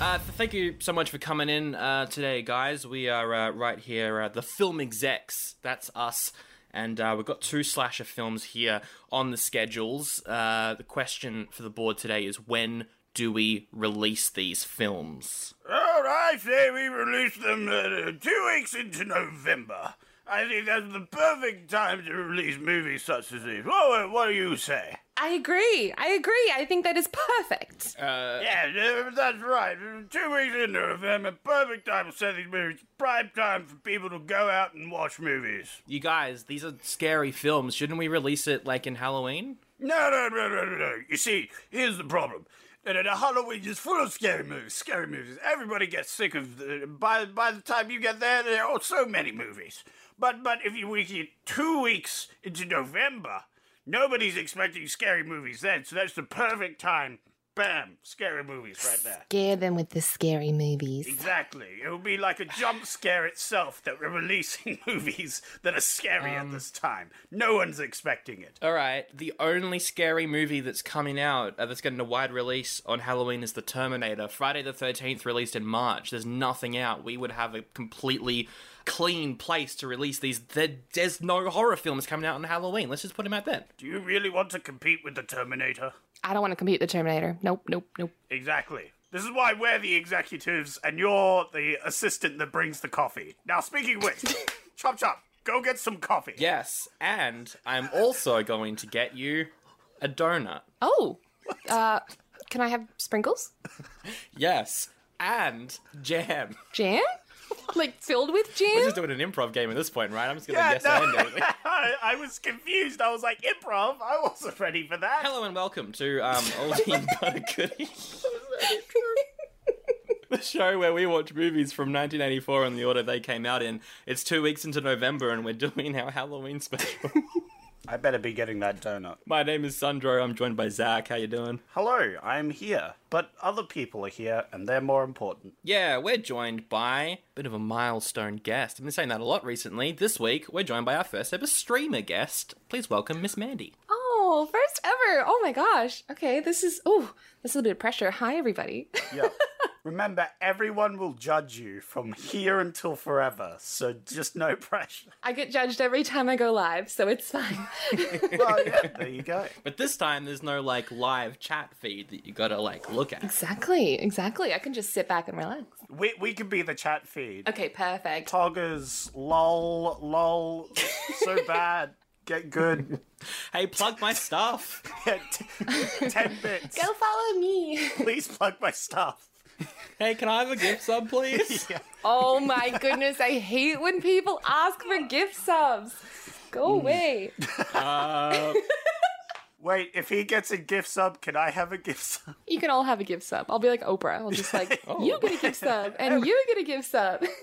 Uh, th- thank you so much for coming in uh, today, guys. We are uh, right here, uh, the film execs. That's us. And uh, we've got two slasher films here on the schedules. Uh, the question for the board today is when do we release these films? All right, say we release them uh, two weeks into November. I think that's the perfect time to release movies such as these. What, what do you say? I agree. I agree. I think that is perfect. yeah, uh, that's right. Two weeks into November, perfect time to set these movies. Prime time for people to go out and watch movies. You guys, these are scary films. Shouldn't we release it like in Halloween? No, no, no, no, no, no. You see, here's the problem. No, no, no, Halloween is full of scary movies. Scary movies. Everybody gets sick of. The, by by the time you get there, there are so many movies. But but if you we get two weeks into November, nobody's expecting scary movies then. So that's the perfect time. Bam! Scary movies right there. Scare them with the scary movies. Exactly. It would be like a jump scare itself that we're releasing movies that are scary at this time. No one's expecting it. All right, the only scary movie that's coming out uh, that's getting a wide release on Halloween is The Terminator. Friday the 13th released in March. There's nothing out. We would have a completely clean place to release these. There, there's no horror films coming out on Halloween. Let's just put them out then. Do you really want to compete with the Terminator? I don't want to compute the Terminator. Nope, nope, nope. Exactly. This is why we're the executives and you're the assistant that brings the coffee. Now, speaking of which, chop chop, go get some coffee. Yes, and I'm also going to get you a donut. Oh, uh, can I have sprinkles? Yes, and jam. Jam? Like filled with We're jam? just doing an improv game at this point, right? I'm just gonna Yeah, yes no. and everything. I, I was confused. I was like, improv? I wasn't ready for that. Hello and welcome to um, Oldie But a Goodie, the show where we watch movies from 1984 in the order they came out in. It's two weeks into November and we're doing our Halloween special. I better be getting that donut. My name is Sandro. I'm joined by Zach. How you doing? Hello, I'm here. But other people are here and they're more important. Yeah, we're joined by a bit of a milestone guest. I've been saying that a lot recently. This week, we're joined by our first ever streamer guest. Please welcome Miss Mandy. Oh, first ever. Oh my gosh. Okay, this is, oh, this is a bit of pressure. Hi, everybody. Yeah. Remember, everyone will judge you from here until forever, so just no pressure. I get judged every time I go live, so it's fine. Well, yeah, there you go. But this time, there's no like live chat feed that you gotta like look at. exactly, exactly. I can just sit back and relax. We, we could be the chat feed. Okay, perfect. Toggers, lol, lol, so bad, get good, Hey, plug my stuff. get t- 10 bits. Go follow me. Please plug my stuff. Hey, can I have a gift sub, please? Oh my goodness, I hate when people ask for gift subs. Go away. Wait, if he gets a gift sub, can I have a gift sub? You can all have a gift sub. I'll be like Oprah. I'll just like, you get a gift sub, and you get a gift sub.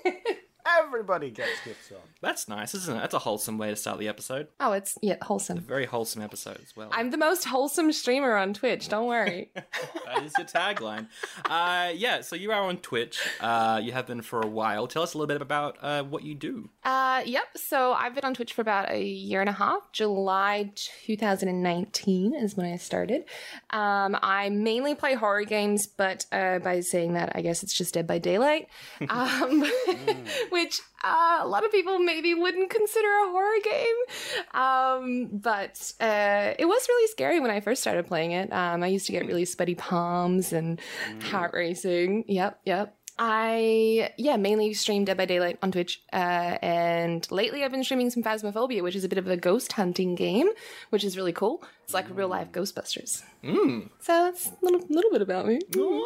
Everybody gets gift sub. That's nice, isn't it? That's a wholesome way to start the episode. oh, it's yeah, wholesome. Very wholesome episode as well. I'm the most wholesome streamer on Twitch. Don't worry. That is your tagline. Uh, yeah, so you are on Twitch. Uh, you have been for a while. Tell us a little bit about uh, what you do. Uh, yep. So I've been on Twitch for about a year and a half. July 2019 is when I started. Um, I mainly play horror games, but uh, by saying that, I guess it's just Dead by Daylight, um, which uh, a lot of people maybe wouldn't consider a horror game. Um, but uh, it was really scary when I first started playing it. Um, I used to get really sweaty palms and heart racing. Yep, yep. I yeah mainly stream Dead by Daylight on Twitch, uh, and lately I've been streaming some Phasmophobia, which is a bit of a ghost hunting game, which is really cool. It's like real life Ghostbusters. So that's a little, little bit about me. Um,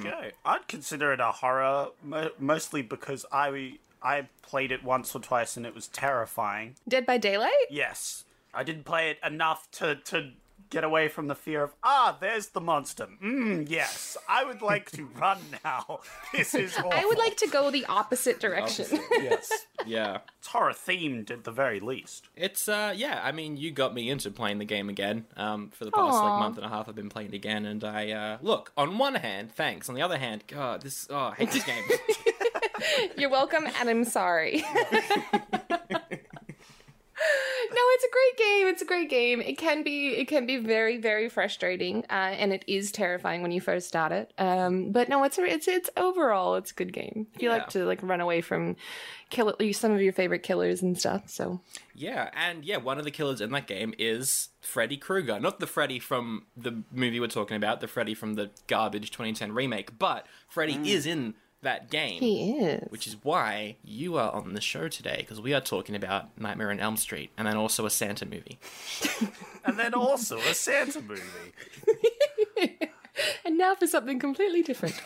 Okay. I'd consider it a horror, mo- mostly because I I played it once or twice and it was terrifying. Dead by Daylight. Yes, I didn't play it enough to to get away from the fear of ah, there's the monster. Mm, yes, I would like to run now. This is awful. I would like to go the opposite direction. yes, Yeah. it's horror themed at the very least. It's uh yeah, I mean you got me into playing the game again. Um for the past Aw. like month and a half I've been playing it again and I uh look, on one hand, thanks. On the other hand, god, this oh, I hate this game. You're welcome, and I'm sorry. no, it's a great game. It's a great game. It can be it can be very very frustrating, uh, and it is terrifying when you first start it. Um, but no, it's a, it's it's overall it's a good game. If you Yeah. like to like run away from kill some of your favorite killers and stuff, so yeah, and yeah, one of the killers in that game is Freddy Krueger. Not the Freddy from the movie we're talking about, the Freddy from the garbage 2010 remake, but Freddy is in that game. Mm. he is. which is why you are on the show today because we are talking about Nightmare on Elm Street and then also a Santa movie. And then also a Santa movie. and now for something completely different.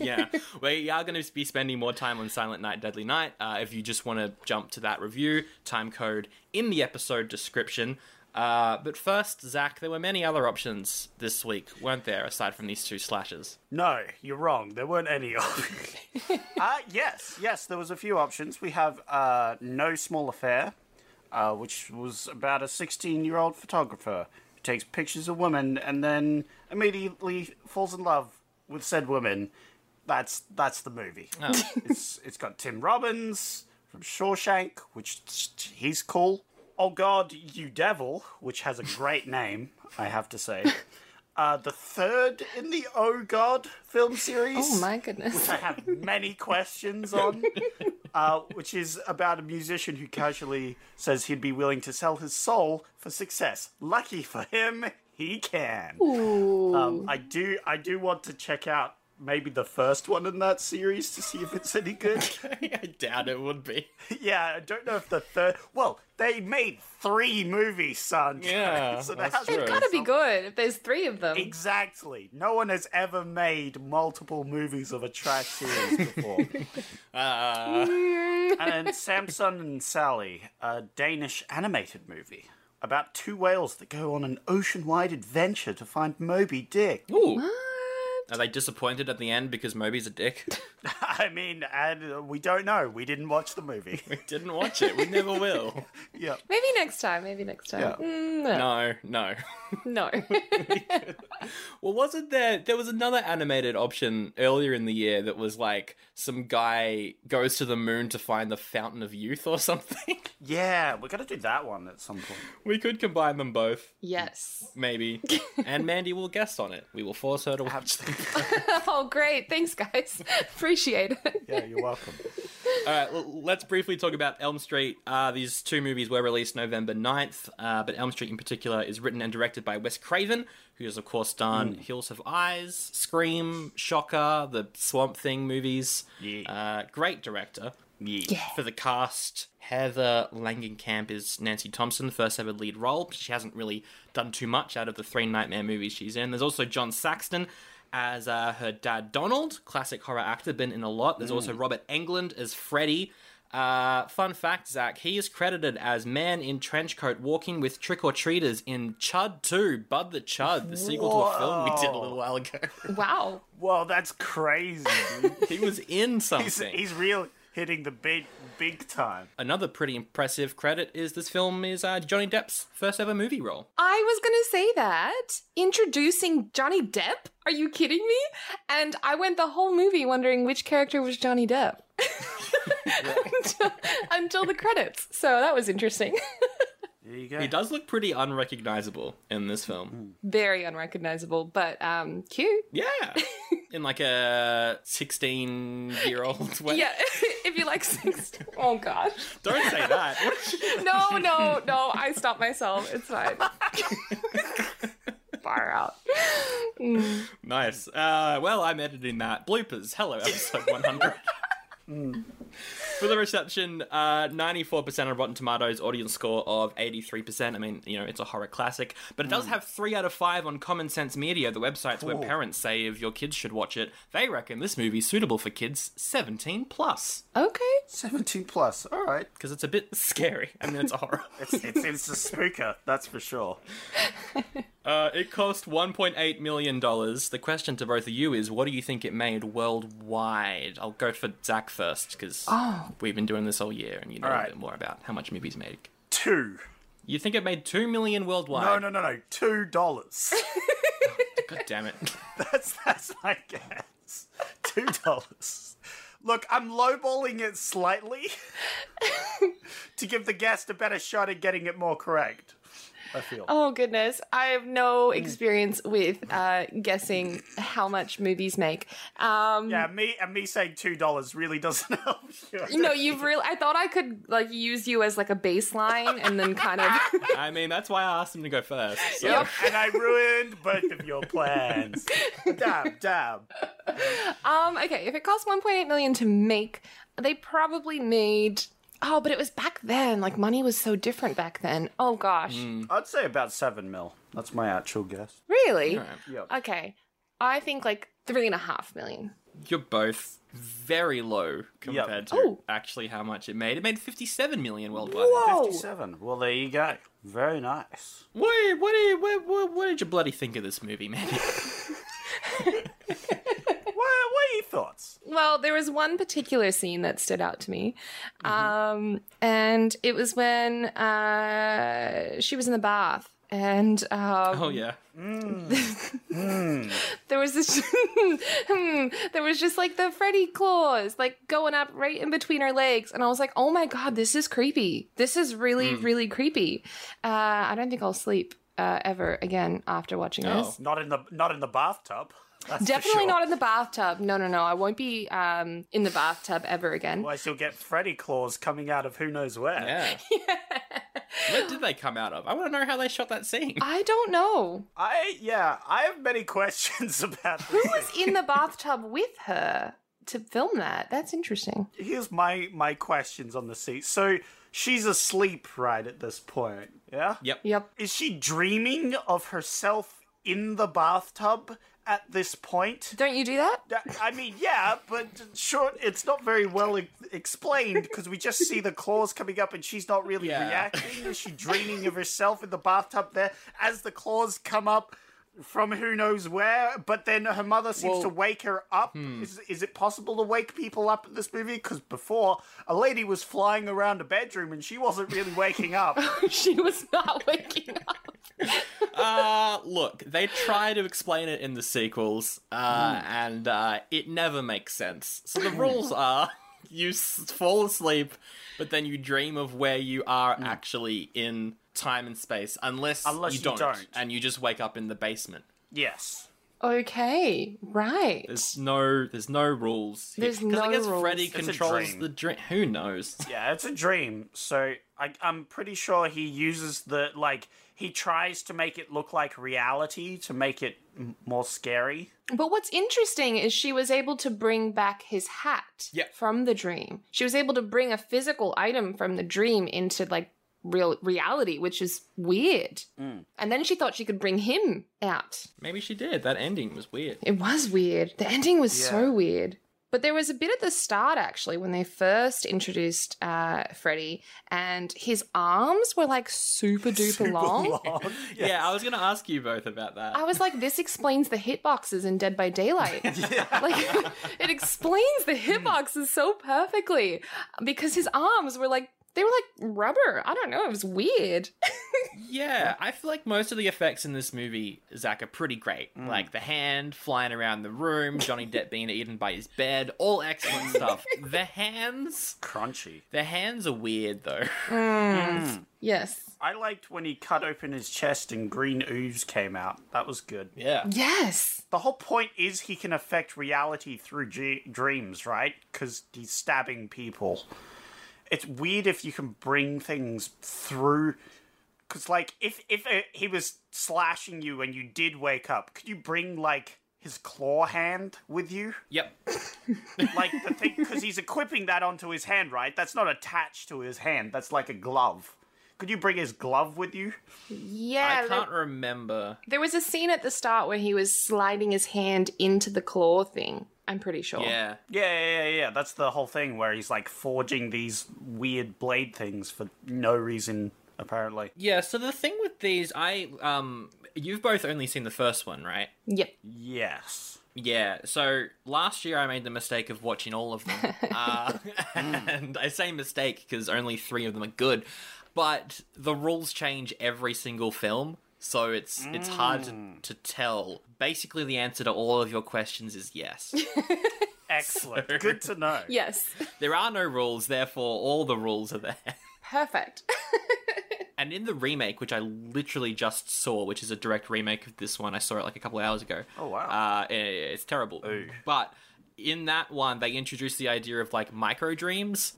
yeah, we are going to be spending more time on Silent Night, Deadly Night. Uh, if you just want to jump to that review, time code in the episode description. Uh, but first, Zach, there were many other options this week, weren't there, aside from these two slashes? No, you're wrong. There weren't any options. uh, yes, yes, there was a few options. We have uh, No Small Affair, uh, which was about a 16-year-old photographer who takes pictures of women and then immediately falls in love with said women. That's that's the movie. it's it's got Tim Robbins from Shawshank, which he's cool. Oh God, you devil, which has a great name, I have to say. Uh, the third in the Oh God film series. oh my goodness. I have many questions on, uh, which is about a musician who casually says he'd be willing to sell his soul for success. Lucky for him, he can. Um, I do, I do want to check out maybe the first one in that series to see if it's any good. I doubt it would be. yeah, I don't know if the third. Well, they made three movies, son. Yeah, so that's has true. It's gotta be good if there's three of them. Exactly. No one has ever made multiple movies of a trash series before. and Samson and Sally, a Danish animated movie about two whales that go on an ocean-wide adventure to find Moby Dick. Ooh. Are they disappointed at the end because Moby's a dick? I mean, and uh, we don't know. We didn't watch the movie. Didn't watch it. We never will. yeah. Maybe next time. Maybe next time. Yeah. Mm, No, no. no. Well, wasn't there? There was another animated option earlier in the year that was like some guy goes to the moon to find the fountain of youth or something. Yeah, we're gonna do that one at some point. we could combine them both, yes. maybe. and Mandy will guest on it. We will force her to watch them. Oh, great. Thanks, guys. Appreciate it. Yeah, you're welcome. All right, l- let's briefly talk about Elm Street. Uh, these two movies were released November 9th, uh, but Elm Street in particular is written and directed by Wes Craven, who has, of course, done Hills Have Eyes, Scream, Shocker, the Swamp Thing movies. Yeah. Uh, great director. For the cast, Heather Langenkamp is Nancy Thompson, first ever lead role. She hasn't really done too much out of the three Nightmare movies she's in. There's also John Saxton as uh, her dad Donald, classic horror actor, been in a lot. There's Mm. also Robert Englund as Freddy. Uh, fun fact, Zach, he is credited as man in trench coat walking with trick or treaters in Chud 2, Bud the Chud, the sequel to a film we did a little while ago. Wow. Well, that's crazy. Dude. he was in something. He's, he's real hitting the big, big time. another pretty impressive credit is this film is uh, Johnny Depp's first ever movie role. I was going to say that. Introducing Johnny Depp? Are you kidding me? And I went the whole movie wondering which character was Johnny Depp. until, until the credits. So that was interesting. There you go. He does look pretty unrecognizable in this Mm. film. Very unrecognizable, but um cute. Yeah, in like a sixteen-year-old way. Yeah, if you like six. Oh gosh. Don't say that. What is she- No, no, no. I stopped myself. It's fine. Far out. nice. Uh, well, I'm editing that bloopers. Hello, episode one hundred. for the reception, uh, 94% on Rotten Tomatoes, audience score of 83%. I mean, you know, it's a horror classic, but it does have 3 out of 5 on Common Sense Media, the websites where parents say if your kids should watch it. They reckon this movie's suitable for kids 17 plus Okay. 17 plus. All right. because it's a bit scary. I mean, it's a horror. It's, it's, it's a spooker, that's for sure. Uh, it cost 1.8 million dollars. The question to both of you is, what do you think it made worldwide? I'll go for Zach first because Oh. we've been doing this all year, and you know a Alright. bit more about how much movies make. Two. You think it made two million worldwide? No, no, no, no. Two dollars. God damn it! That's that's my guess. Two dollars. Look, I'm lowballing it slightly to give the guest a better shot at getting it more correct. I feel. Oh goodness, I have no experience with uh, guessing how much movies make. Um, Yeah, me and me saying two dollars really doesn't help you. No, you've really. I thought I could like use you as like a baseline and then kind of. I mean, that's why I asked him to go first. So. Yep. And I ruined both of your plans. damn, damn. Um. Okay. If it cost 1.8 million to make, they probably made. Oh, but it was back then. Like money was so different back then. Oh gosh. I'd say about seven mil. That's my actual guess. Really? Yep. Okay. I think like three and a half million. You're both very low compared to Oh. actually how much it made. It made 57 million worldwide. Fifty-seven. Well, there you go. Very nice. What, what, did- what, what, what did you bloody think of this movie, man? What, what are your thoughts? Well, there was one particular scene that stood out to me. Mm-hmm. Um, and it was when uh, she was in the bath. And um, oh yeah. there was this, hmm, there was just like the Freddy claws, like going up right in between her legs, and I was like, "Oh my god, this is creepy. This is really, Mm. really creepy." Uh, I don't think I'll sleep uh, ever again after watching this. Not in the not in the bathtub. That's for Definitely sure. not in the bathtub. No, no, no. I won't be um, in the bathtub ever again. Otherwise, you'll get Freddy claws coming out of who knows where. Yeah. Where did they come out of? I want to know how they shot that scene. I don't know. I yeah, I have many questions about this. Who was in the bathtub with her to film that? That's interesting. Here's my my questions on the seat. So she's asleep right at this point. Yeah. Yep. Yep. Is she dreaming of herself in the bathtub at this point? Don't you do that? Yeah, I mean, yeah, but sure, it's not very well e- explained because we just see the claws coming up and she's not really Yeah. reacting. Is she dreaming of herself in the bathtub there as the claws come up from who knows where? But then her mother seems to wake her up. Is, is it possible to wake people up in this movie? Because before, a lady was flying around a bedroom and she wasn't really waking up. she was not waking up. Uh, look, they try to explain it in the sequels, uh, and uh, it never makes sense. So the rules are you s- fall asleep, but then you dream of where you are actually in time and space, unless, Unless you, you don't, don't. and you just wake up in the basement. yes. Okay, right. There's no, there's no rules. here. There's 'Cause no I guess rules. Freddy It's a controls dream. the dream. Who knows? Yeah, it's a dream. So I, I'm pretty sure he uses the like he tries to make it look like reality to make it m- more scary. But what's interesting is she was able to bring back his hat Yeah. from the dream. She was able to bring a physical item from the dream into like real reality, which is weird. And then she thought she could bring him out. Maybe she did. That ending was weird. It was weird. The ending was so weird. But there was a bit at the start, actually, when they first introduced uh, Freddy, and his arms were like super duper long. Yeah, I was gonna ask you both about that. I was like, this explains the hitboxes in Dead by Daylight. Like, it explains the hitboxes so perfectly because his arms were like, they were like rubber. I don't know. It was weird. Yeah, I feel like most of the effects in this movie, Zach, are pretty great. Like the hand flying around the room, Johnny Depp being eaten by his bed, all excellent stuff. The hands, Crunchy. the hands are weird though. Yes. I liked when he cut open his chest and green ooze came out. That was good. Yeah. Yes. The whole point is he can affect reality through g- dreams, right? Because he's stabbing people. It's weird if you can bring things through. Because, like, if if uh, he was slashing you and you did wake up, could you bring like his claw hand with you? Yep. Like the thing, because he's equipping that onto his hand, right? That's not attached to his hand. That's like a glove. Could you bring his glove with you? Yeah, I there- can't remember. there was a scene at the start where he was sliding his hand into the claw thing. I'm pretty sure. Yeah. Yeah, yeah, yeah, yeah. That's the whole thing where he's like forging these weird blade things for no reason, apparently. Yeah, so the thing with these, I um you've both only seen the first one, right? Yep. Yes. Yeah. So last year I made the mistake of watching all of them. uh, and I say mistake because only three of them are good. But the rules change every single film, so it's it's hard to, to tell. Basically, the answer to all of your questions is yes. Excellent. Good to know. Yes. there are no rules, therefore all the rules are there. Perfect. And in the remake, which I literally just saw, which is a direct remake of this one, I saw it like a couple of hours ago. Oh wow. Uh, i- it's terrible. But in that one, they introduced the idea of like micro dreams.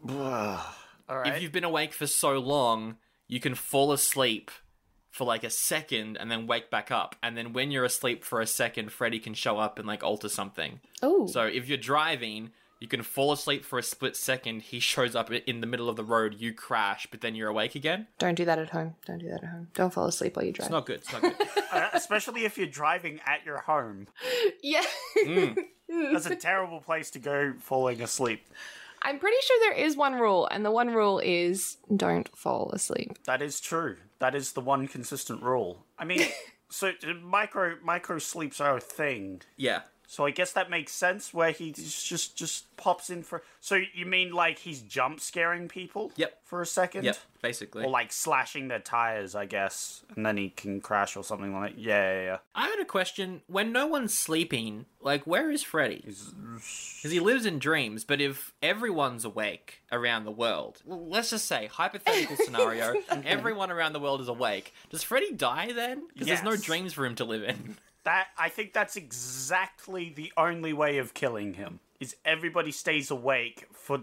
If you've been awake for so long, you can fall asleep for like a second and then wake back up. And then when you're asleep for a second, Freddy can show up and like alter something. Oh. So if you're driving, you can fall asleep for a split second. He shows up in the middle of the road. You crash, but then you're awake again. Don't do that at home. Don't do that at home. Don't fall asleep while you drive. It's not good. It's not good. Uh, especially if you're driving at your home. yeah. That's a terrible place to go falling asleep. I'm pretty sure there is one rule, and the one rule is don't fall asleep. That is true. That is the one consistent rule. I mean, so uh, micro micro sleeps are a thing. Yeah. So I guess that makes sense where he just just, just pops in for. So you mean like he's jump scaring people? Yep. For a second. Yep. Basically. Or like slashing their tires, I guess, and then he can crash or something like that. Yeah, yeah, yeah. I had a question. When no one's sleeping, like where is Freddy? Because he lives in dreams. But if everyone's awake around the world, well, let's just say hypothetical scenario, everyone around the world is awake. Does Freddy die then? Because there's no Yes. dreams for him to live in. That I think that's exactly the only way of killing him is everybody stays awake for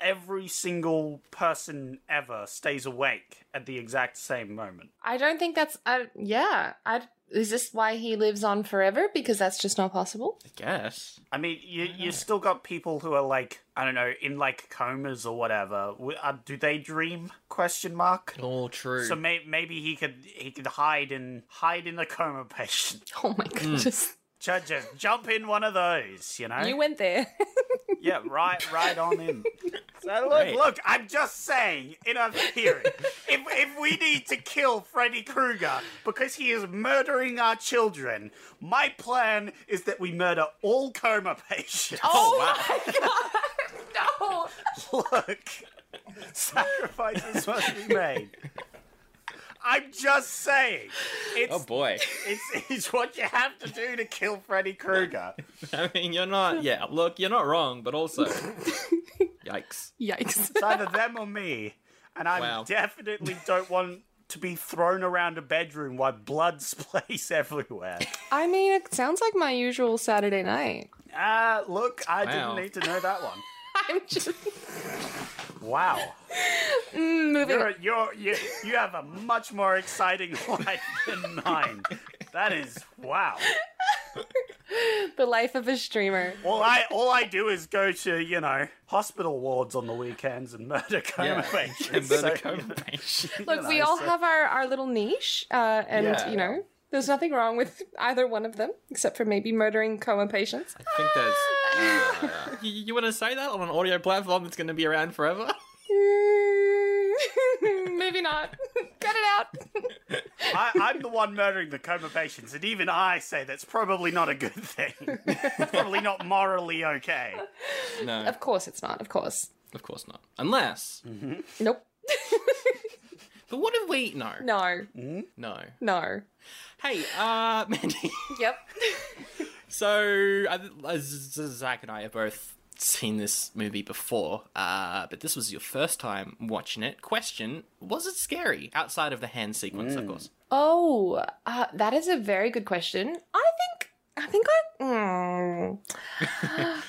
every single person ever stays awake at the exact same moment. I don't think that's. Uh, yeah. I, is this why he lives on forever? Because that's just not possible. I guess. I mean, you you still got people who are like I don't know in like comas or whatever. W- Uh, do they dream? Question mark. All true. So may- maybe he could he could hide in hide in a coma patient. Oh my Hmm. goodness. Ju- Just jump in one of those, you know. You went there. Yeah, right, right on in. So look, Right. look, I'm just saying, in a theory, if if we need to kill Freddy Krueger because he is murdering our children, my plan is that we murder all coma patients. Oh, my god. look, sacrifices must be made. I'm just saying, it's oh boy. it's it's what you have to do to kill Freddy Krueger. I mean, you're not. Yeah. Look, you're not wrong, but also, yikes. No. It's Yikes. either them or me. And I Wow. definitely don't want to be thrown around a bedroom while blood splays everywhere. I mean, it sounds like my usual Saturday night. Ah, look, I Wow. didn't need to know that one. I'm just Wow. Mm, moving. You're, you're, you, you have a much more exciting life than mine. That is, wow. The life of a streamer. All I, all I do is go to, you know, hospital wards on the weekends and murder coma Yeah. patients. And then the So, you know, combination. Look, we all have our, our little niche, uh, and Yeah. you know, there's nothing wrong with either one of them, except for maybe murdering coma patients. I think there's. Uh, you you want to say that on an audio platform that's going to be around forever? Mm, maybe not. Cut it out. I, I'm the one murdering the coma patients, and even I say that's probably not a good thing. It's probably not morally okay. No, Of course it's not. Of course. of course not. Unless. Mm. Nope. But what if we. No. No. Mm. No. No. Hey, uh, Mandy. Yep. So, I, I- Zach and I have both seen this movie before, uh, but this was your first time watching it. Question Was it scary? Outside of the hand sequence, Mm. of course. Oh, uh, that is a very good question. I think. I think I.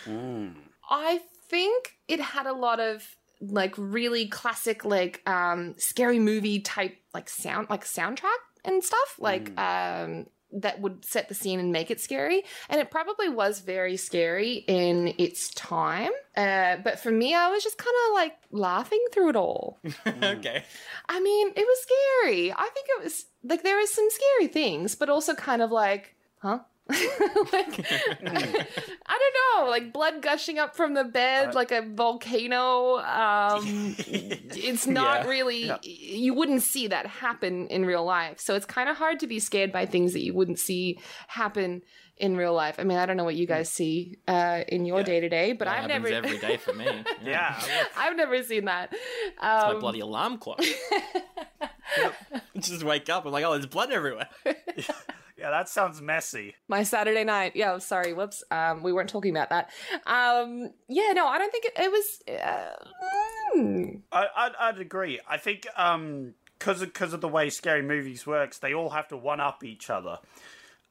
Mm, I think it had a lot of like really classic like um scary movie type like sound like soundtrack and stuff like um that would set the scene and make it scary. And it probably was very scary in its time. Uh, but for me, I was just kind of like laughing through it all. Mm. okay. I mean, it was scary. I think it was like there is some scary things, but also kind of like, huh? like I, don't know, like blood gushing up from the bed, Uh, like a volcano. Um, it's not Yeah. really you wouldn't see that happen in real life, so it's kind of hard to be scared by things that you wouldn't see happen in real life. I mean, I don't know what you guys see uh, in your day to day, but Hmm. That I've happens never every day for me. Yeah. Yeah. I've never seen that. Um. My bloody alarm clock. Just wake up. I'm like, oh, there's blood everywhere. Yeah, that sounds messy. my Saturday night. Yeah, sorry. Whoops. Um, we weren't talking about that. Um, yeah, no, I don't think it, it was. Uh, mm. I, I'd, I'd agree. I think um, because of, 'cause of the way scary movies works, they all have to one up each other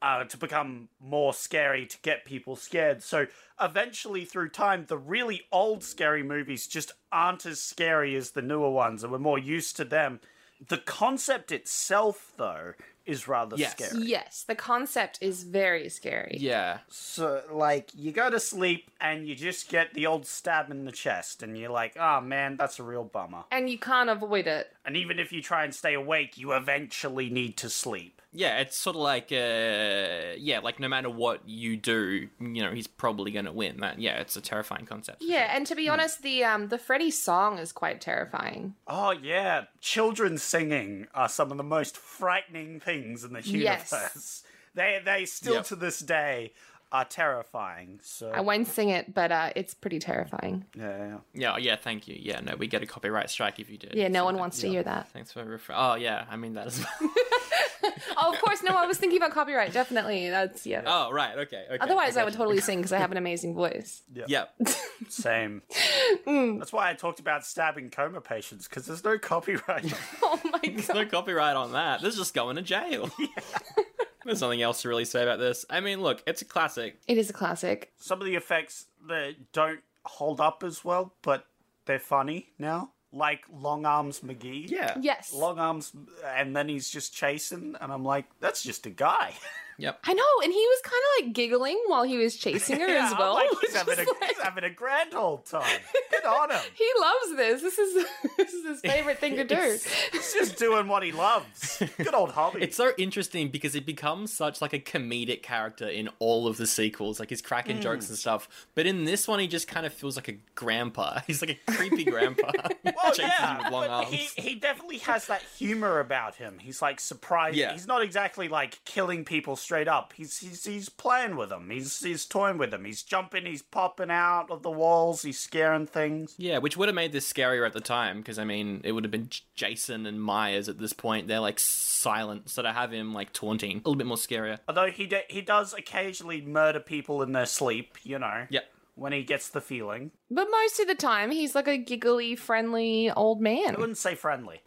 uh, to become more scary to get people scared. So eventually, through time, the really old scary movies just aren't as scary as the newer ones, and we're more used to them. The concept itself, though, is rather Yes. scary. yes, the concept is very scary. Yeah. So, like, you go to sleep and you just get the old stab in the chest, and you're like, oh man, that's a real bummer. And you can't avoid it. And even if you try and stay awake, you eventually need to sleep. Yeah, it's sort of like, uh, yeah, like no matter what you do, you know, he's probably going to win. That, yeah, it's a terrifying concept. Yeah, and to be honest, the um the Freddy song is quite terrifying. Oh, yeah. Children singing are some of the most frightening things in the universe. Yes. They, they still Yep. to this day are terrifying. So, I won't sing it, but uh, it's pretty terrifying. yeah. Yeah, oh, yeah, thank you. Yeah, no, we get a copyright strike if you did. Yeah, no So one that- wants to hear that. Thanks for refer- Oh, yeah, I mean that as well. Oh, of course. No, I was thinking about copyright. Definitely. That's yeah. oh, right, okay. okay Otherwise, I would gotcha. totally sing because I have an amazing voice. Yep. Same. That's why I talked about stabbing coma patients, because there's no copyright. Oh my god. no copyright on that. This is just going to jail. There's nothing else to really say about this. I mean, look, it's a classic. It is a classic. some of the effects that don't hold up as well, but they're funny now. Like Long Arms McGee. Yeah. Yes. Long Arms, and then he's just chasing, and I'm like, that's just a guy. Yep. I know, and he was kind of like giggling while he was chasing her Yeah, as I'm well. like, which he's, having is a, he's like- having a grand old time. Good on him. he loves this. This is this is his favorite thing to do. He's just doing what he loves. Good old hobby. It's so interesting because it becomes such like a comedic character in all of the sequels. Like he's cracking Mm. jokes and stuff, but in this one, he just kind of feels like a grandpa. He's like a creepy grandpa. well, Chases him with long but arms. He, he definitely has that humor about him. He's like surprised. Yeah. He's not exactly like killing people straight up. He's he's, he's playing with them. He's he's toying with them. He's jumping. He's popping out of the walls. He's scaring things. Yeah, which would have made this scarier at the time because I mean it would have been J- Jason and Myers at this point. They're like silent, so to have him like taunting, a little bit more scarier. Although he de- he does occasionally murder people in their sleep. You know. Yep. When he gets the feeling, But most of the time, he's like a giggly, friendly old I man. wouldn't say friendly.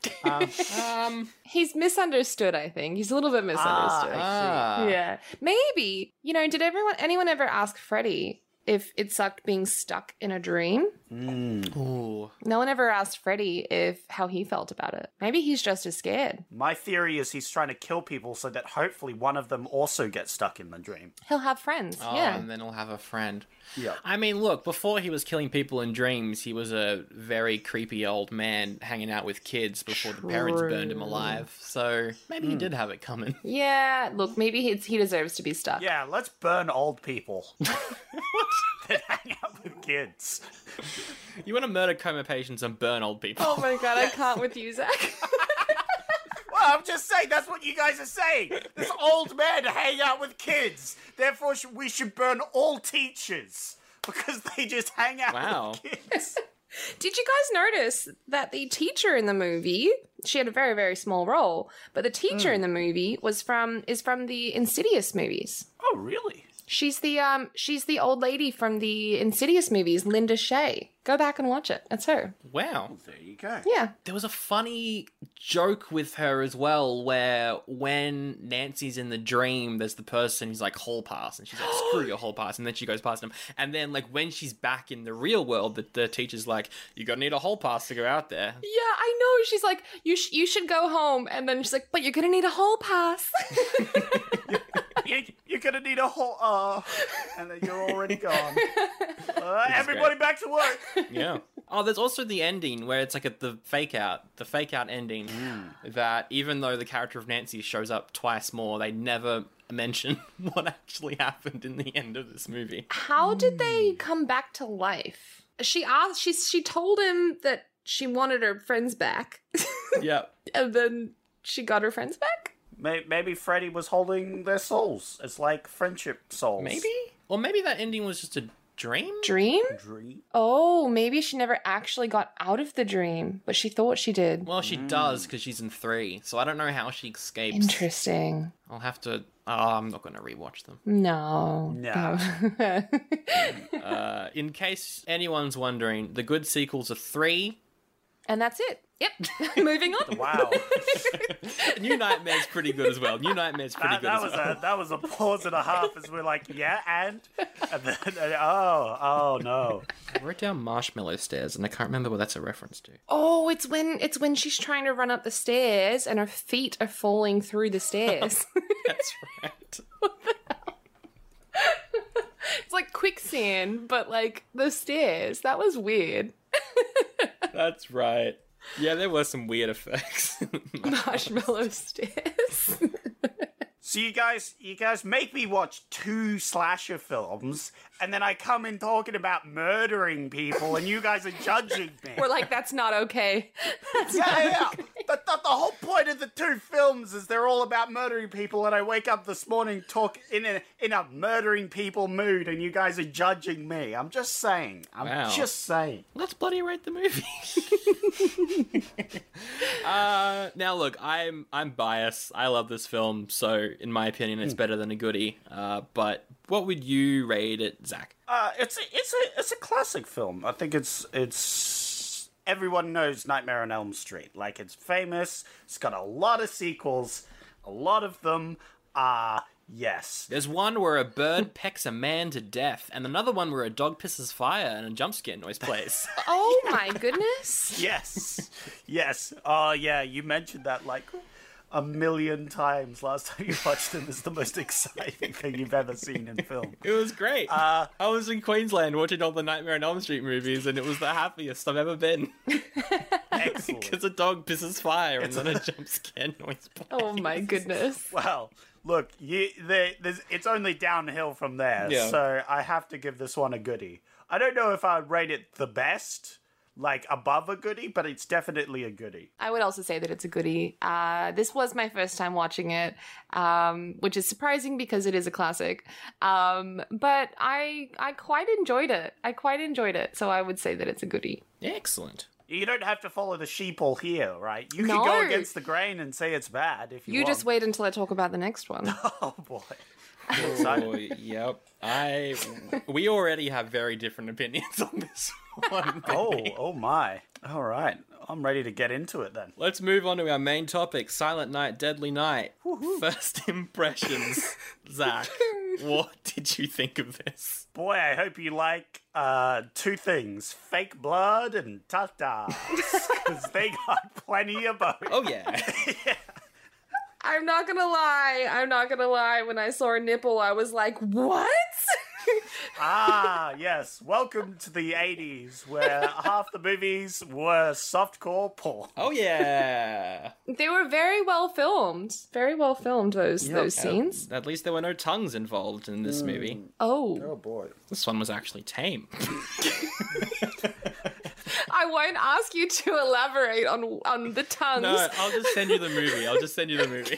Um. He's misunderstood. I think he's a little bit misunderstood. Ah. yeah, maybe you know. Did everyone, anyone, ever ask Freddy if it sucked being stuck in a dream? Ooh. No one ever asked Freddy if how he felt about it. Maybe he's just as scared. My theory is he's trying to kill people so that hopefully one of them also gets stuck in the dream. He'll have friends. Oh, yeah. and then he'll have a friend. Yeah. I mean, look, before he was killing people in dreams, he was a very creepy old man hanging out with kids before the parents burned him alive. So maybe he did have it coming. Yeah, look, maybe he, he deserves to be stuck. Yeah, let's burn old people that hang out with kids. You want to murder coma patients and burn old people? Oh my god, I can't with you, Zach. Well, I'm just saying that's what you guys are saying. This old man hang out with kids. Therefore, sh- we should burn all teachers because they just hang out Wow. with kids. Did you guys notice that the teacher in the movie, she had a very very small role, but the teacher in the movie was from is from the Insidious movies. Oh, really? She's the um she's the old lady from the Insidious movies, Linda Shay. Go back and watch it. That's her. Wow. There you go. Yeah. There was a funny joke with her as well, where when Nancy's in the dream, there's the person who's like hall pass, and she's like, "Screw your hall pass," and then she goes past him, and then like when she's back in the real world, the, the teacher's like, "You're gonna need a hall pass to go out there." Yeah, I know. She's like, you sh- you should go home, and then she's like, but you're gonna need a hall pass. need a whole uh, and then you're already gone. Uh, everybody back to work. Yeah. Oh, there's also the ending where it's like a, the fake out, the fake out ending Hmm. that even though the character of Nancy shows up twice more, they never mention what actually happened in the end of this movie. How did they come back to life? She asked. She she told him that she wanted her friends back, Ah, yeah. and then she got her friends back. May- Maybe Freddy was holding their souls. It's like friendship souls. Maybe? Or maybe that ending was just a dream? Dream? Dream. Oh, maybe she never actually got out of the dream, but she thought she did. Well, Hmm. she does because she's in three, so I don't know how she escapes. Interesting. I'll have to. Oh, I'm not going to rewatch them. Hmm. No. No. That- Uh, in case anyone's wondering, the good sequels are three. and that's it. Yep. Moving on. Wow. New Nightmare's pretty good as well. New Nightmare's pretty that, good that as was well. a that was a pause and a half as we're like, yeah, and, and then, and- oh oh no. I wrote down Marshmallow Stairs, and I can't remember what that's a reference to. Oh, it's when it's when she's trying to run up the stairs and her feet are falling through the stairs. That's right. it's like quicksand, but like the stairs. That was weird. That's right. Yeah, there were some weird effects. Marshmallow stairs. So you guys, you guys make me watch two slasher films, and then I come in talking about murdering people, and you guys are judging me. We're like, that's not okay. That's yeah, not yeah. yeah. But the, the whole point of the two films is they're all about murdering people, and I wake up this morning talk in a in a murdering people mood, and you guys are judging me. I'm just saying. I'm Wow. just saying. Let's bloody rate the movie. uh, now, look, I'm I'm biased. I love this film, so in my opinion, it's better than a goodie. Uh, but what would you rate it, Zach? Uh, it's a, it's a it's a classic film. I think it's it's everyone knows Nightmare on Elm Street. Like it's famous. It's got a lot of sequels. A lot of them are yes. There's one where a bird pecks a man to death, and another one where a dog pisses fire and a jump scare noise plays. Oh my goodness. Yes. yes. Oh yeah, you mentioned that like a million times last time you watched them is the most exciting thing you've ever seen in film. it was great. Uh, I was in Queensland watching all the Nightmare on Elm Street movies, and it was the happiest I've ever been Excellent. because a dog pisses fire and then a jump scare noise plays. Oh my goodness. Well, look, you, there, there's, it's only downhill from there, Yeah. so I have to give this one a goodie. I don't know if I'd rate it the best, like above a goodie, but it's definitely a goodie. I would also say that it's a goodie. Uh, this was my first time watching it, um, which is surprising because it is a classic. Um, but I I quite enjoyed it. I quite enjoyed it, so I would say that it's a goodie. Excellent. You don't have to follow the sheeple here, right? You can No. go against the grain and say it's bad if you, You want. just wait until I talk about the next one. Oh boy. So- Boy, yep. I we already have very different opinions on this one. oh, oh my. All right. I'm ready to get into it then. Let's move on to our main topic: Silent Night, Deadly Night. First impressions, Zach. What did you think of this? Boy, I hope you like uh, two things fake blood and tatas. Because they got plenty of both. Oh yeah, I'm not gonna lie. I'm not gonna lie. When I saw a nipple, I was like, "What?" Ah, yes. Welcome to the 80s, where half the movies were softcore porn. oh yeah. they were very well filmed. Very well filmed. Those those scenes. At least there were no tongues involved in this movie. Oh, boy. This one was actually tame. I won't ask you to elaborate on on the tongues. No, I'll just send you the movie. I'll just send you the movie.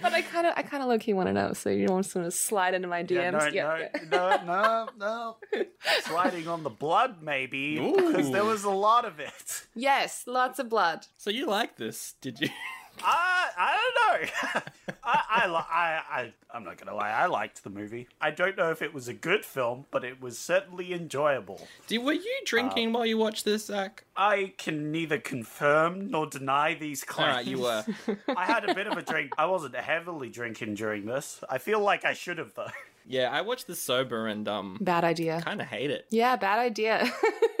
But I kind of, I kind of low key want to know. So you don't just want to slide into my DMs? Yeah, no, no, no, no, no. Sliding on the blood, maybe, because there Ooh. was a lot of it. Yes, lots of blood. So you like this, did you? I I don't know. I I, li- I I I'm not gonna lie. I liked the movie. I don't know if it was a good film, but it was certainly enjoyable. Do, were you drinking while you watched this, Zach? I can neither confirm nor deny these All claims. right, you were. I had a bit of a drink. I wasn't heavily drinking during this. I feel like I should have though. Yeah, I watched this sober and um, Bad idea. kind of hate it. Yeah, bad idea.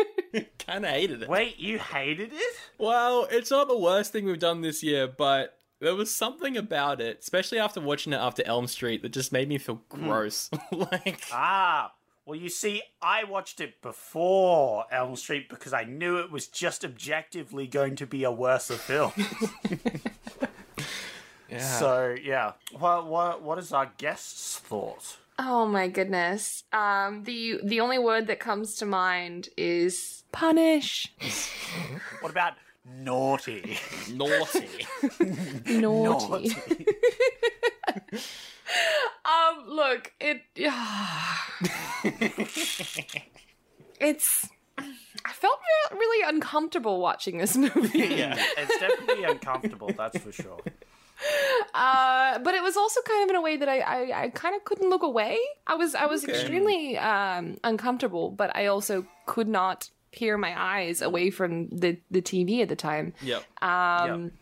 kind of hated it. Wait, you hated it? Well, it's not the worst thing we've done this year, but There was something about it, especially after watching it after Elm Street, that just made me feel gross. like, Ah, well, you see, I watched it before Elm Street because I knew it was just objectively going to be a worse film. So yeah, what what what is our guest's thought? Oh my goodness. Um, the the only word that comes to mind is punish. What about naughty? naughty. Naughty. um, look, it. it's. I felt re- really uncomfortable watching this movie. yeah, it's definitely uncomfortable. That's for sure. Uh, but it was also kind of in a way that I, I, I kind of couldn't look away. I was I was extremely um, uncomfortable, but I also could not peer my eyes away from the, the TV at the time. yep. Um,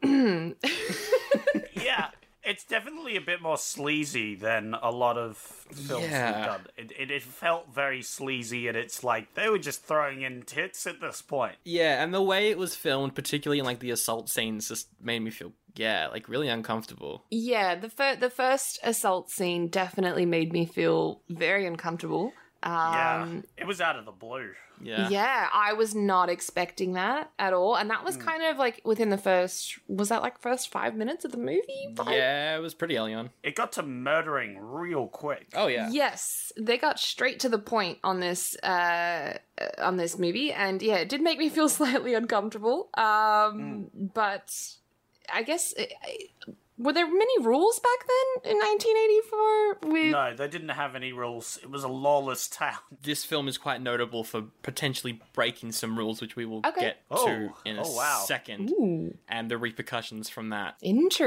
yeah, it's definitely a bit more sleazy than a lot of films Yeah. we've done. It, it, it felt very sleazy, and it's like they were just throwing in tits at this point. yeah, and the way it was filmed, particularly in like the assault scenes, just made me feel yeah, like really uncomfortable. Yeah, the fir- the first assault scene definitely made me feel very uncomfortable. Yeah, Um, it was out of the blue. Yeah. yeah, I was not expecting that at all, and that was Hmm. kind of like within the first was that like first five minutes of the movie? Five- Yeah, it was pretty early on. It got to murdering real quick. Oh yeah. Yes, they got straight to the point on this uh, uh, on this movie, and yeah, it did make me feel slightly uncomfortable. Um, Mm. But I guess I- I- were there many rules back then in 1984? With No, they didn't have any rules. It was a lawless town. This film is quite notable for potentially breaking some rules, which we will Okay. get to Oh, in a oh, wow. second, and the repercussions from that.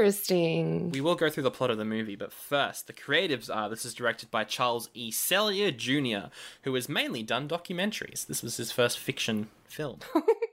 interesting. We will go through the plot of the movie, but first, the creatives are this is directed by Charles E. Sellier Jr., who has mainly done documentaries. This was his first fiction film.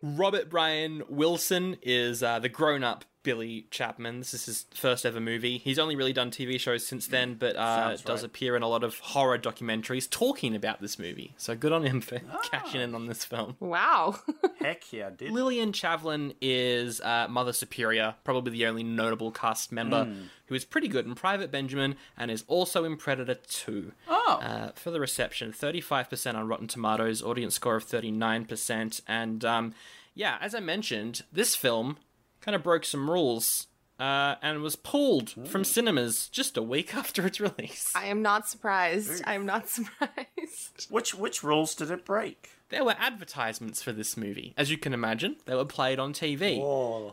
Robert Brian Wilson is uh, the grown up Billy Chapman. This is his first ever movie. He's only really done TV shows since then, but uh, does appear in a lot of horror documentaries talking about this movie. So good on him for cashing in on this film. Wow. Heck yeah, dude. Lillian Chavlin is uh, Mother Superior, probably the only notable cast member who is pretty good in Private Benjamin and is also in Predator 2. Oh. Uh, for the reception, 35% on Rotten Tomatoes, audience score of 39%. And um, yeah, as I mentioned, this film kind of broke some rules uh, and was pulled from cinemas just a week after its release. I am not surprised. I am not surprised. Which which rules did it break? There were advertisements for this movie, as you can imagine. They were played on TV.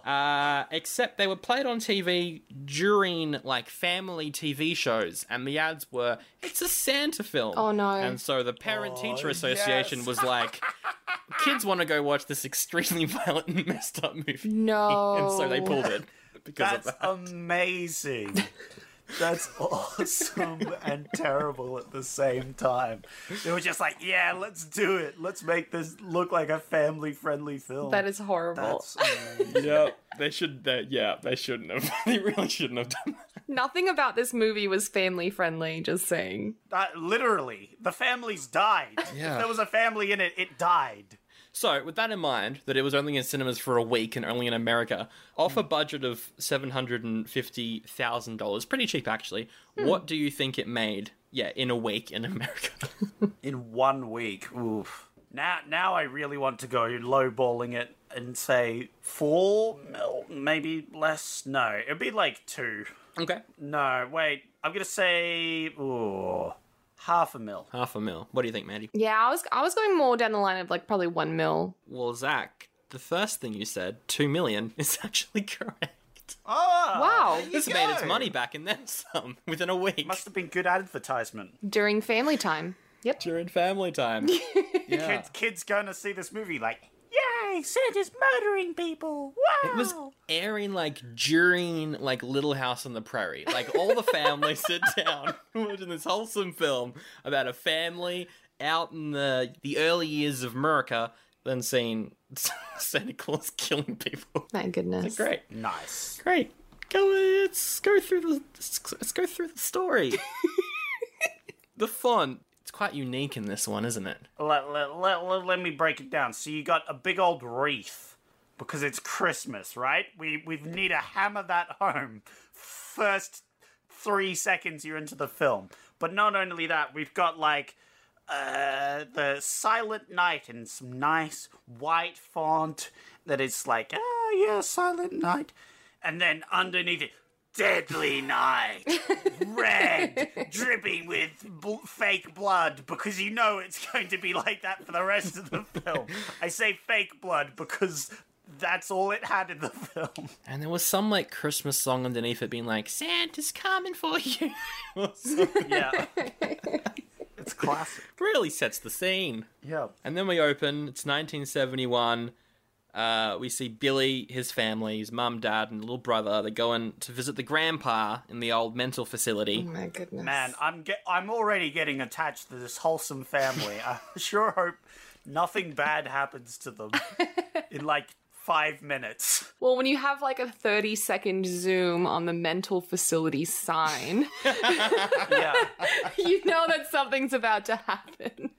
Uh, except they were played on TV during like family TV shows, and the ads were, "It's a Santa film." Oh, no. And so the Parent Teacher Association was like, "Kids want to go watch this extremely violent and messed up movie," No. and so they pulled it because That's of that. amazing. That's awesome and terrible at the same time. They were just like, yeah, let's do it. Let's make this look like a family friendly film. That is horrible. Oh, That's amazing. yeah, they should. They, yeah, they shouldn't have. they really shouldn't have done that. Nothing about this movie was family friendly, just saying. Uh, literally, the families died. If there was a family in it, it died. So, with that in mind, that it was only in cinemas for a week and only in America, off a budget of seven hundred and fifty thousand dollars, pretty cheap actually. What do you think it made? Yeah, in a week in America. In one week. Oof. Now, now I really want to go lowballing it and say four, mil- maybe less. No, it'd be like two. okay, No, wait. I'm gonna say ooh, half a mil. half a mil. What do you think, Mandy? Yeah, I was I was going more down the line of like probably one mil. Well, Zach, the first thing you said, two million, is actually correct. Oh, Wow. This made its money back and then some within a week. Must have been good advertisement. During family time. Yep. During family time. yeah. Kids, kids gonna see this movie like, yay, Santa's murdering people. Wow. It was airing like during like Little House on the Prairie. Like all the family sit down watching this wholesome film about a family out in the the early years of America, then seeing Santa Claus killing people. My goodness. Great, nice. great. Go let's go through the let's go through the story. the font it's quite unique in this one, isn't it? Let, let, let, let, let me break it down. So you got a big old wreath because it's Christmas, right? We we need to hammer that home. First three seconds you're into the film, but not only that, we've got like uh, the Silent Night in some nice white font that is like ah yeah Silent Night, and then underneath it. Deadly Night, red, dripping with bl- fake blood because you know it's going to be like that for the rest of the film. I say fake blood because that's all it had in the film. And there was some like Christmas song underneath it, being like "Santa's coming for you." Or something. Yeah. it's classic. really sets the scene. Yeah. And then we open. It's 1971. Uh, we see Billy, his family, his mum, dad, and little brother. They're going to visit the grandpa in the old mental facility. Oh my goodness. Man, I'm get I'm already getting attached to this wholesome family. I sure hope nothing bad happens to them in like 5 minutes. Well, when you have like a 30 second zoom on the mental facility sign, Yeah. you know that something's about to happen.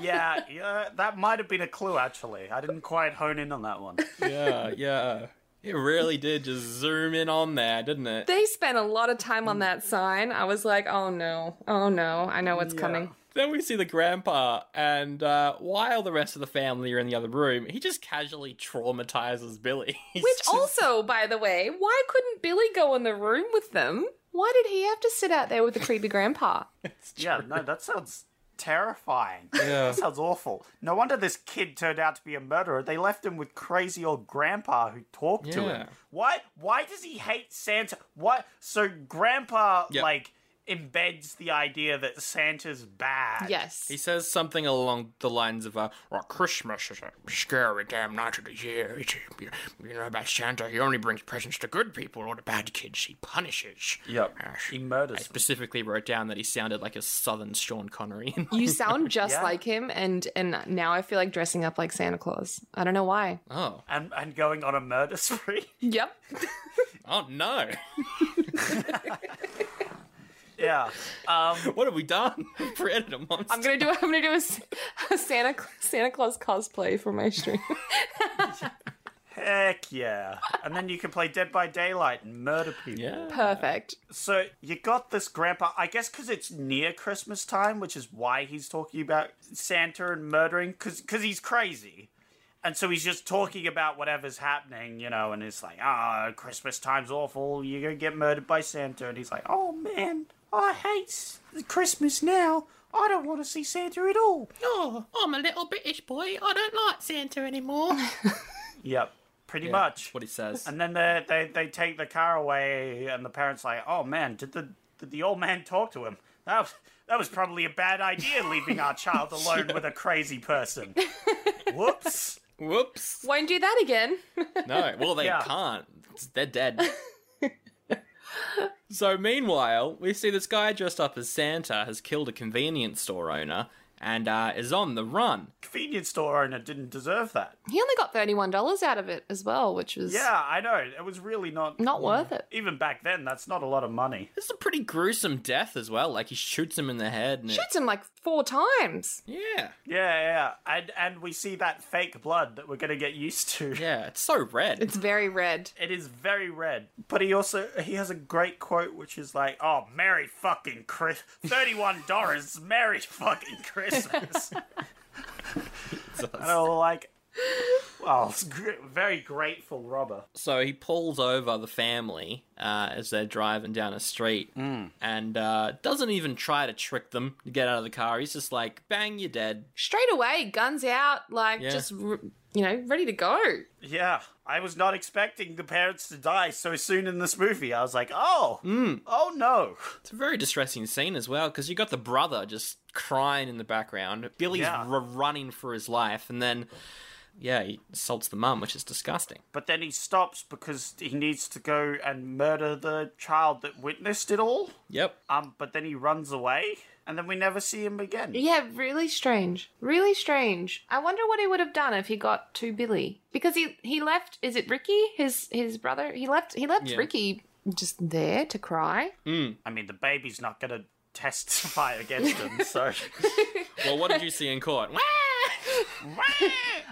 Yeah, yeah, that might have been a clue actually. I didn't quite hone in on that one. yeah, yeah. It really did just zoom in on there, didn't it? They spent a lot of time on that sign. I was like, oh no, oh no, I know what's coming. Then we see the grandpa, and uh, while the rest of the family are in the other room, he just casually traumatizes Billy. He's Which just- also, by the way, why couldn't Billy go in the room with them? Why did he have to sit out there with the creepy grandpa? Yeah, no, that sounds terrifying. Yeah. That sounds awful. No wonder this kid turned out to be a murderer. They left him with crazy old grandpa who talked to him. Yeah. Why why does he hate Santa? Why so grandpa Yep. like embeds the idea that Santa's bad. Yes. He says something along the lines of, uh, "Well, Christmas is a scary damn night of the year. It's, you, you know about Santa, he only brings presents to good people or to bad kids. He punishes. Yep. Uh, He I murders. them. specifically wrote down that he sounded like a southern Sean Connery. You sound just Yeah. like him, and and now I feel like dressing up like Santa Claus. I don't know why. oh, and and going on a murder spree. Yep. oh no! yeah. Um what have we done? We've created a monster. I'm gonna do. I'm gonna do a s- a, Santa Santa Claus cosplay for my stream. heck yeah. And then you can play Dead by Daylight and murder people. yeah. Perfect. So you got this grandpa, I guess, because it's near Christmas time, which is why he's talking about Santa and murdering, because he's crazy. And so he's just talking about whatever's happening, you know, and it's like, ah, Christmas time's awful. You're going to get murdered by Santa. And he's like, oh, man, I hate s- Christmas now. I don't want to see Santa at all. Oh, I'm a little British boy. I don't like Santa anymore. Yep, pretty Yeah, much. that's what he says. And then they, they they take the car away, and the parents like, "Oh man, did the did the old man talk to him? That was, that was probably a bad idea, leaving our child alone with a crazy person." Whoops. Whoops. Won't do that again. No, well, they Yeah. can't. They're dead. so, meanwhile, we see this guy dressed up as Santa has killed a convenience store owner and uh, is on the run. Convenience store owner didn't deserve that. He only got thirty one dollars out of it as well, which was Yeah, I know. It was really not not worth it. even back then. That's not a lot of money. This is a pretty gruesome death as well. Like, he shoots him in the head. And it- Shoots him like four times. yeah. Yeah, yeah, yeah. and and we see that fake blood that we're gonna get used to. Yeah, it's so red. It's very red. It is very red. But he also he has a great quote which is like, "Oh, merry fucking Chris, thirty-one dollars, merry fucking Christmas." and I was like, "Well, it's gr- very grateful, robber." so he pulls over the family uh, as they're driving down a street and uh, doesn't even try to trick them to get out of the car. He's just like, bang, you're dead. Straight away, guns out, like Yeah. just r you know ready to go. Yeah, I was not expecting the parents to die so soon in this movie. I was like, "Oh, oh no." It's a very distressing scene as well because you got the brother just crying in the background. Billy's Yeah. r- running for his life, and then yeah, he assaults the mum, which is disgusting. But then he stops because he needs to go and murder the child that witnessed it all. Yep. Um, but then he runs away, and then we never see him again. Yeah, really strange. Really strange. I wonder what he would have done if he got to Billy. Because he he left is it Ricky? His his brother? He left he left Yeah. Ricky just there to cry. I mean, the baby's not going to testify against him, so Well, what did you see in court?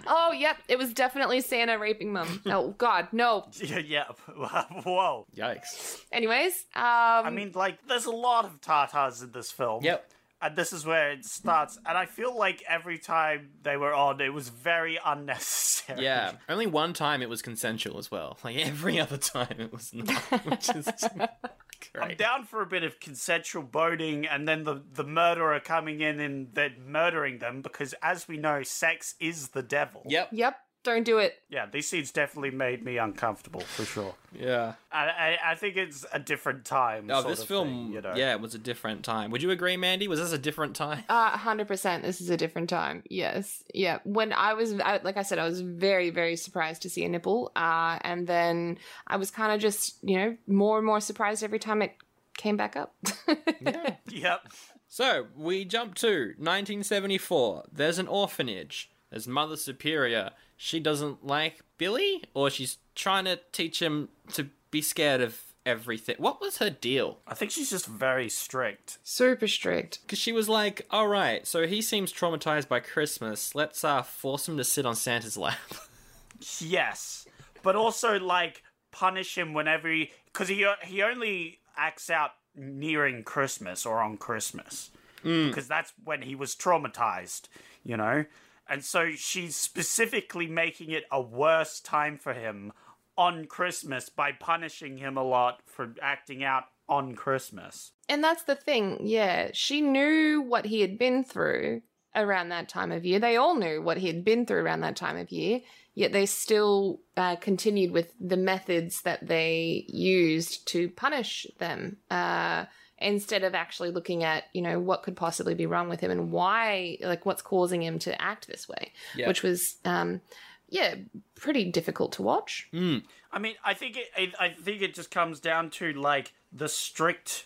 Oh, yep. It was definitely Santa raping mum. Oh, God, no. Yeah, yeah. Whoa. Yikes. Anyways, um, I mean, like, there's a lot of Tatars in this film. Yep. And this is where it starts. And I feel like every time they were on, it was very unnecessary. Yeah. Only one time it was consensual as well. Like every other time it was not, which is I'm great. down for a bit of consensual boning and then the, the murderer coming in and then murdering them because, as we know, sex is the devil. Yep. yep, don't do it. Yeah, these scenes definitely made me uncomfortable for sure. Yeah. I, I, I think it's a different time. Oh, sort this of film, thing, you know. yeah, it was a different time. Would you agree, Mandy? Was this a different time? Uh, 100%. This is a different time. Yes. Yeah. When I was, I, like I said, I was very, very surprised to see a nipple. Uh, and then I was kind of just, you know, more and more surprised every time it came back up. Yep. So we jump to 1974. There's an orphanage. There's Mother Superior. She doesn't like Billy, or she's trying to teach him to be scared of everything. What was her deal? I think she's just very strict. Super strict. Because she was like, all right, so he seems traumatized by Christmas. Let's uh, force him to sit on Santa's lap. Yes, but also like punish him whenever he because he he only acts out nearing Christmas or on Christmas because that's when he was traumatized, you know. And so she's specifically making it a worse time for him on Christmas by punishing him a lot for acting out on Christmas. And that's the thing. Yeah. She knew what he had been through around that time of year. They all knew what he had been through around that time of year. Yet they still uh, continued with the methods that they used to punish them uh, instead of actually looking at, you know, what could possibly be wrong with him and why, like, what's causing him to act this way, Yeah. which was, um, yeah, pretty difficult to watch. I mean, I think it, it. I think it just comes down to like the strict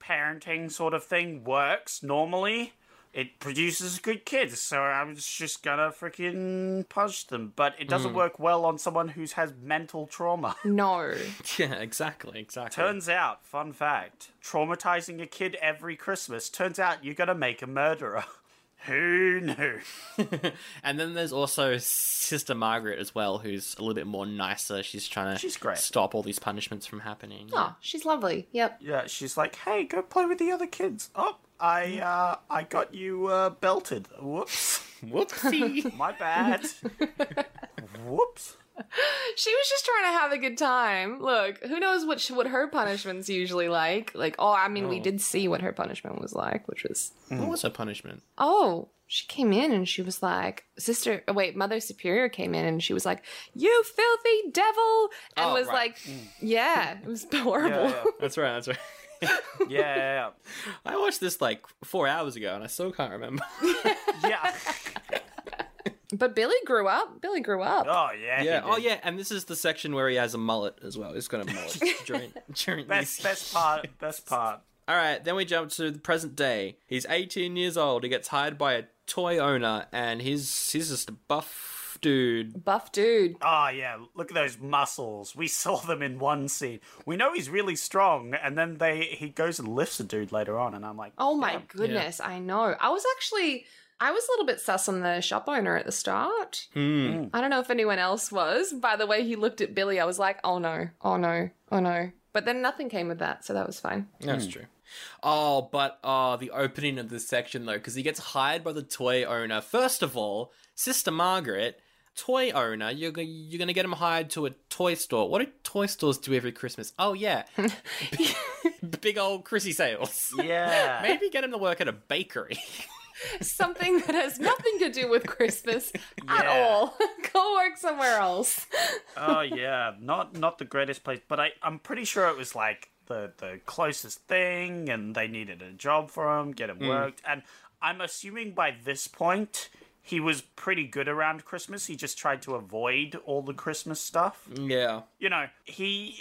parenting sort of thing works normally. It produces good kids, so I'm just gonna freaking punch them. But it doesn't work well on someone who has mental trauma. No. yeah, exactly, exactly. turns out, fun fact, traumatizing a kid every Christmas. Turns out you're gonna make a murderer. who knew? and then there's also Sister Margaret as well, who's a little bit more nicer. She's trying to She's great. stop all these punishments from happening. Oh, she's lovely. Yep. Yeah, she's like, hey, go play with the other kids. Oh, I uh, I got you uh, belted. Whoops. Whoopsie. My bad. Whoops. She was just trying to have a good time. Look, who knows what sh what her punishment's usually like? Like, oh, I mean, we did see what her punishment was like, which was What was her punishment? oh, she came in and she was like, sister, oh, wait, mother superior came in and she was like, you filthy devil, and Oh, was right. like, yeah, it was horrible. That's right, that's right. Yeah, yeah, I watched this like four hours ago and I still can't remember. yeah. yeah. But Billy grew up. Billy grew up. Oh yeah. yeah. he Oh did. yeah, and this is the section where he has a mullet as well. He's got a mullet during during Best, these- best part. Best part. All right, then we jump to the present day. He's 18 years old. He gets hired by a toy owner, and he's he's just a buff dude. Buff dude. Oh yeah. Look at those muscles. We saw them in one scene. We know he's really strong, and then they he goes and lifts a dude later on, and I'm like, Oh my goodness, I know. I was actually I was a little bit sus on the shop owner at the start. I don't know if anyone else was. By the way he looked at Billy, I was like, oh no, oh no, oh no. But then nothing came of that, so that was fine. That's true. Oh, but oh, the opening of this section though, because he gets hired by the toy owner. First of all, Sister Margaret, toy owner, you're go- you're gonna get him hired to a toy store. What do toy stores do every Christmas? Oh yeah, big, big old Chrissy sales. yeah. Maybe get him to work at a bakery. Something that has nothing to do with Christmas at Yeah. all. Go work somewhere else. oh yeah, not not the greatest place, but I I'm pretty sure it was like the the closest thing, and they needed a job for him, get him worked, and I'm assuming by this point he was pretty good around Christmas. He just tried to avoid all the Christmas stuff. Hmm. yeah. You know, he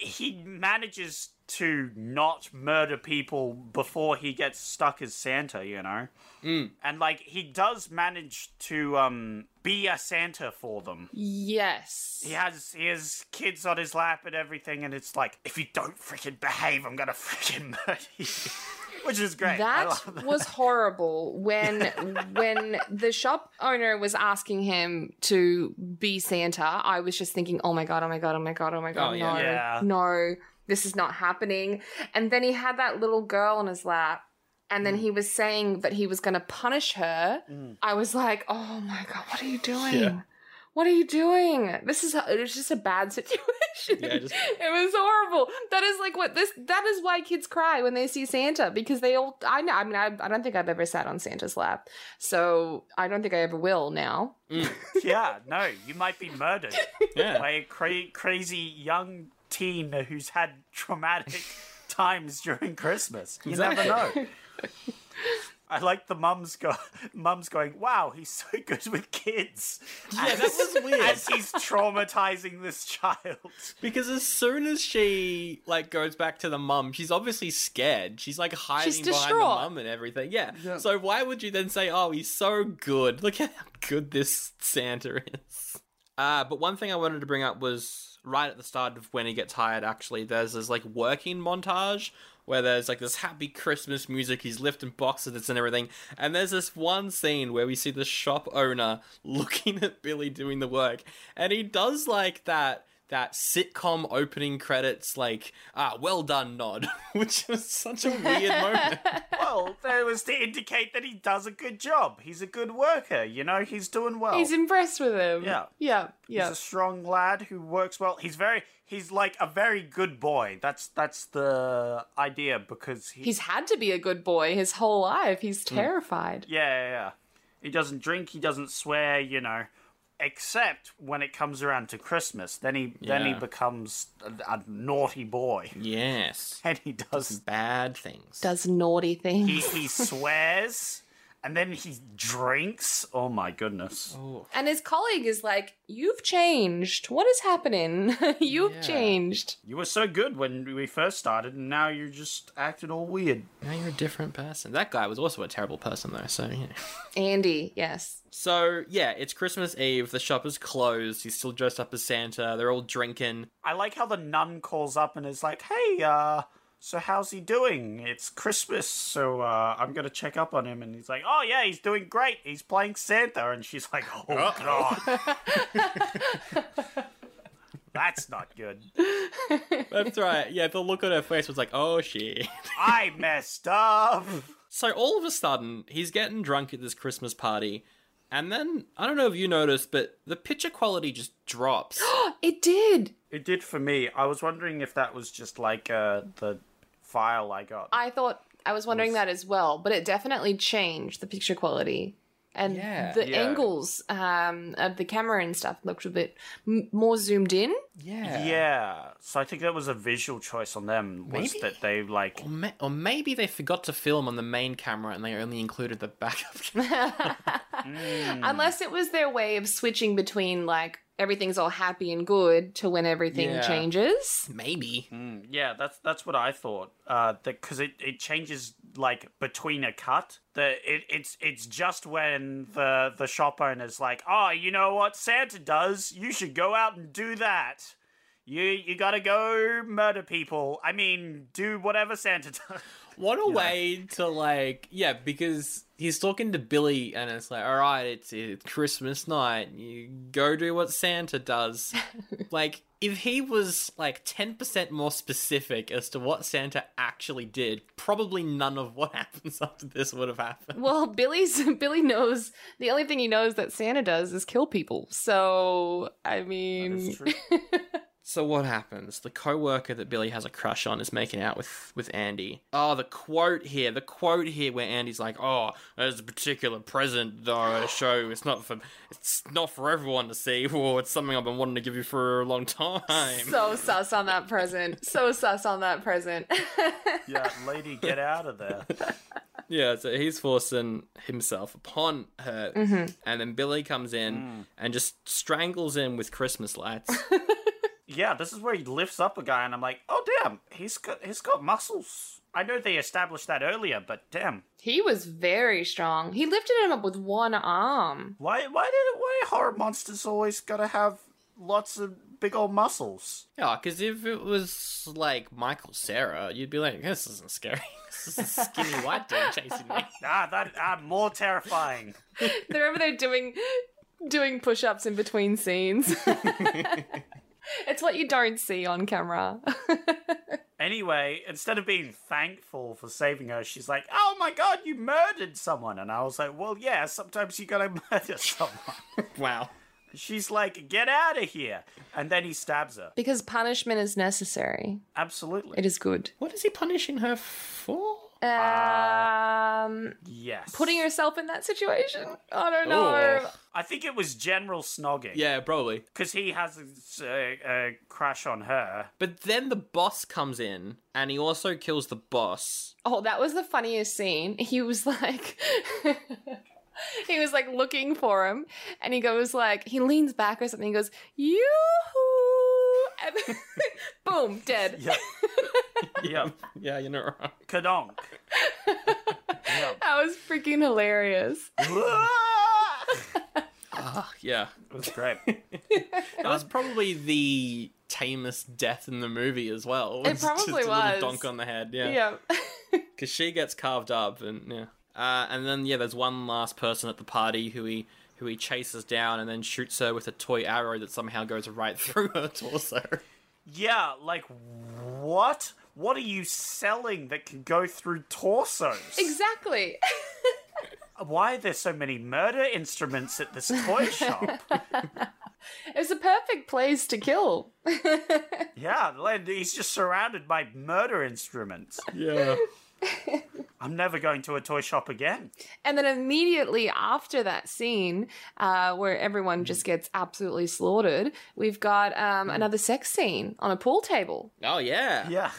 he manages to not murder people before he gets stuck as Santa. You know, and like he does manage to um be a Santa for them Yes. he has he has kids on his lap and everything, and it's like if you don't freaking behave, I'm gonna freaking murder you. which is great. I That love was horrible when when the shop owner was asking him to be Santa. I was just thinking, "Oh my god, oh my god, oh my god, oh my god, Oh, yeah. no. Yeah. No, this is not happening." And then he had that little girl on his lap. And then he was saying that he was going to punish her. I was like, "Oh my god, what are you doing? What are you doing? This is it was just a bad situation. Yeah, just- it was horrible. That is like what this. That is why kids cry when they see Santa because they all. I know. I mean, I, I don't think I've ever sat on Santa's lap, so I don't think I ever will now. yeah, no, you might be murdered by Yeah. a cra- crazy young teen who's had traumatic times during Christmas. You never know. I like the mum's go- mum's going, "Wow, he's so good with kids." Yeah, that was weird. As he's traumatizing this child. Because as soon as she like goes back to the mum, she's obviously scared. She's like hiding behind the distraught. mum and everything. Yeah. So why would you then say, "Oh, he's so good. Look at how good this Santa is." Uh, but one thing I wanted to bring up was right at the start of when he gets hired. Actually, there's this like working montage where there's like this happy Christmas music. He's lifting boxes and everything, and there's this one scene where we see the shop owner looking at Billy doing the work, and he does like that that sitcom opening credits like ah well done nod, which is such a weird moment. Well, that was to indicate that he does a good job. He's a good worker. You know, he's doing well. He's impressed with him. Oh. Yeah. yeah, He's yeah. a strong lad who works well. He's very he's like a very good boy. That's that's the idea because he He's had to be a good boy his whole life. He's terrified. Mm. yeah, yeah, yeah. He doesn't drink, he doesn't swear, you know, except when it comes around to Christmas. Then he then he Yeah. becomes a, a naughty boy. yes, And he does bad things. Does naughty things. he, he swears and then he drinks. Oh my goodness. And his colleague is like, You've changed. What is happening? You've changed. You were so good when we first started and now you're just acting all weird. Now you're a different person. That guy was also a terrible person though. So yeah. Andy, yes. So yeah, it's Christmas Eve. The shop is closed. He's still dressed up as Santa. They're all drinking. I like how the nun calls up and is like, "Hey, uh, so how's he doing? It's Christmas, so uh, I'm gonna check up on him." And he's like, "Oh yeah, he's doing great. He's playing Santa." And she's like, "Oh god, that's not good. That's right. Yeah, the look on her face was like, oh shit. I messed up." So all of a sudden, he's getting drunk at this Christmas party, and then I don't know if you noticed, but the picture quality just drops. It did. It did for me. I was wondering if that was just like uh, the file I got. I thought, I was wondering that as well, but it definitely changed the picture quality. And Yeah. the Yeah. angles um, of the camera and stuff looked a bit m- more zoomed in. yeah. yeah, so I think that was a visual choice on them. Was Maybe? that they like Or, ma- or maybe they forgot to film on the main camera and they only included the backup. camera. Mm. Unless it was their way of switching between like everything's all happy and good to when everything Yeah. changes. maybe. Yeah, that's that's what I thought. Uh, because it, it changes like between a cut. The it, it's it's just when the the shop owner's like, oh, you know what Santa does? You should go out and do that. You you gotta go murder people. I mean, do whatever Santa does. What a way to like, yeah, because he's talking to Billy and it's like, all right, it's, it's Christmas night. You go do what Santa does. like, if he was like 10% more specific as to what Santa actually did, probably none of what happens after this would have happened. Well, Billy's Billy knows the only thing he knows that Santa does is kill people. So I mean, So what happens? The co-worker that Billy has a crush on is making out with with Andy. Oh, the quote here, the quote here where Andy's like, "Oh, there's a particular present though I show. It's not for it's not for everyone to see. Oh, it's something I've been wanting to give you for a long time." so sus on that present. So sus on that present. yeah, lady, get out of there. yeah, so he's forcing himself upon her, and then Billy comes in and just strangles him with Christmas lights. Yeah, this is where he lifts up a guy, and I'm like, oh damn, he's got he's got muscles. I know they established that earlier, but damn, he was very strong. He lifted him up with one arm. Why why did why horror monsters always gotta have lots of big old muscles. Yeah, because if it was like Michael Sarah, you'd be like, this isn't scary. This is a skinny white dude chasing me. Ah, that ah, more terrifying. They Remember they're doing doing push ups in between scenes. it's what you don't see on camera. Anyway, instead of being thankful for saving her, she's like, "Oh my god, you murdered someone!" And I was like, "Well, yeah, sometimes you gotta murder someone." Wow. She's like, "Get out of here!" And then he stabs her. because punishment is necessary. Absolutely. It is good. What is he punishing her for? Um, Yes. putting yourself in that situation. I don't know. Oh. I think it was General Snogging. Yeah, probably. Because he has a, a, a crush on her. But then the boss comes in and he also kills the boss. Oh, that was the funniest scene. He was like. He was like looking for him, and he goes like he leans back or something. He goes, "Yoo-hoo!" and then, boom, dead. Yeah. yeah. Yeah, you're not wrong. Kadonk. That was freaking hilarious. Ah! Yeah. it was great. That was probably the tamest death in the movie as well. It probably just a was. little donk on the head, yeah. Yeah. Because she gets carved up and yeah. Uh, and then yeah, there's one last person at the party who he who he chases down and then shoots her with a toy arrow that somehow goes right through her torso. Yeah, like, what? What are you selling that can go through torsos? Exactly. Why are there so many murder instruments at this toy shop? It was a perfect place to kill. Yeah, like, he's just surrounded by murder instruments. Yeah. I'm never going to a toy shop again. And then immediately after that scene, uh, where everyone just gets absolutely slaughtered, we've got um, another sex scene on a pool table, Oh yeah. Yeah.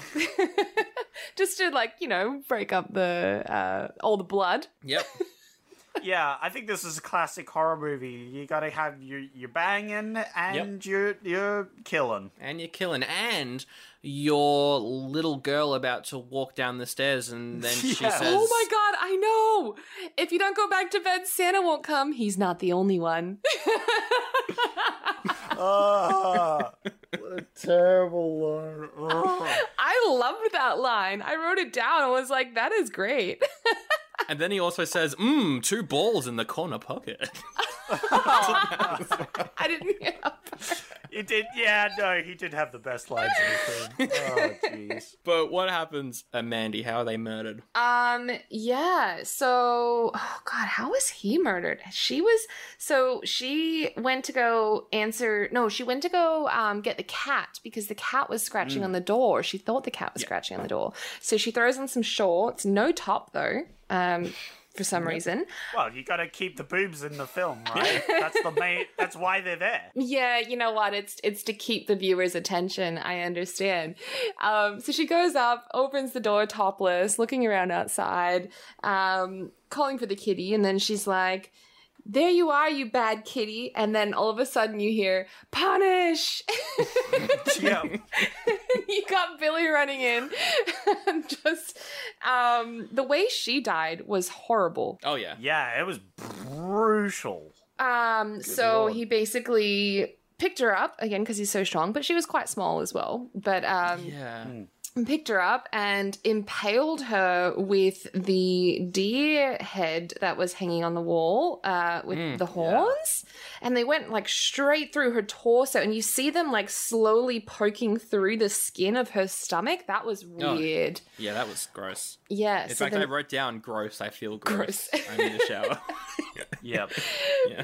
just to like you know break up the uh, all the blood. Yep. Yeah, I think this is a classic horror movie. You gotta have your your banging and your your killing. And you're killing. And your little girl about to walk down the stairs and then she Yeah. says Oh my god, I know! If you don't go back to bed, Santa won't come. He's not the only one. Ah, what a terrible one. Ah. I loved that line. I wrote it down and was like, that is great. And then he also says, Mmm, two balls in the corner pocket. I didn't hear that part. It did. Yeah, no, he did have the best lines in the film. Oh, jeez. but what happens? Uh, Mandy, how are they murdered? Um, yeah. So, oh God, how was he murdered? She was, so she went to go answer, no, she went to go um, get the cat because the cat was scratching on the door. She thought the cat was scratching on the door. So she throws on some shorts, no top though, um, for some reason. Well, you gotta keep the boobs in the film, right? That's the main. That's why they're there. Yeah, you know what? It's it's to keep the viewer's attention. I understand. Um, so she goes up, opens the door topless, looking around outside, um, calling for the kitty, and then she's like, "There you are, you bad kitty!" And then all of a sudden, you hear "punish." Yeah. you got Billy running in. And Just um, the way she died was horrible. Oh, yeah. Yeah, it was brutal. Um, so he basically picked her up again because he's so strong, but she was quite small as well. But um, Yeah. picked her up and impaled her with the deer head that was hanging on the wall uh, with the horns. And they went like straight through her torso, and you see them like slowly poking through the skin of her stomach. That was weird. Yeah, that was gross. Yeah. In so fact, then- I wrote down gross, I feel gross. I need a shower. Yep.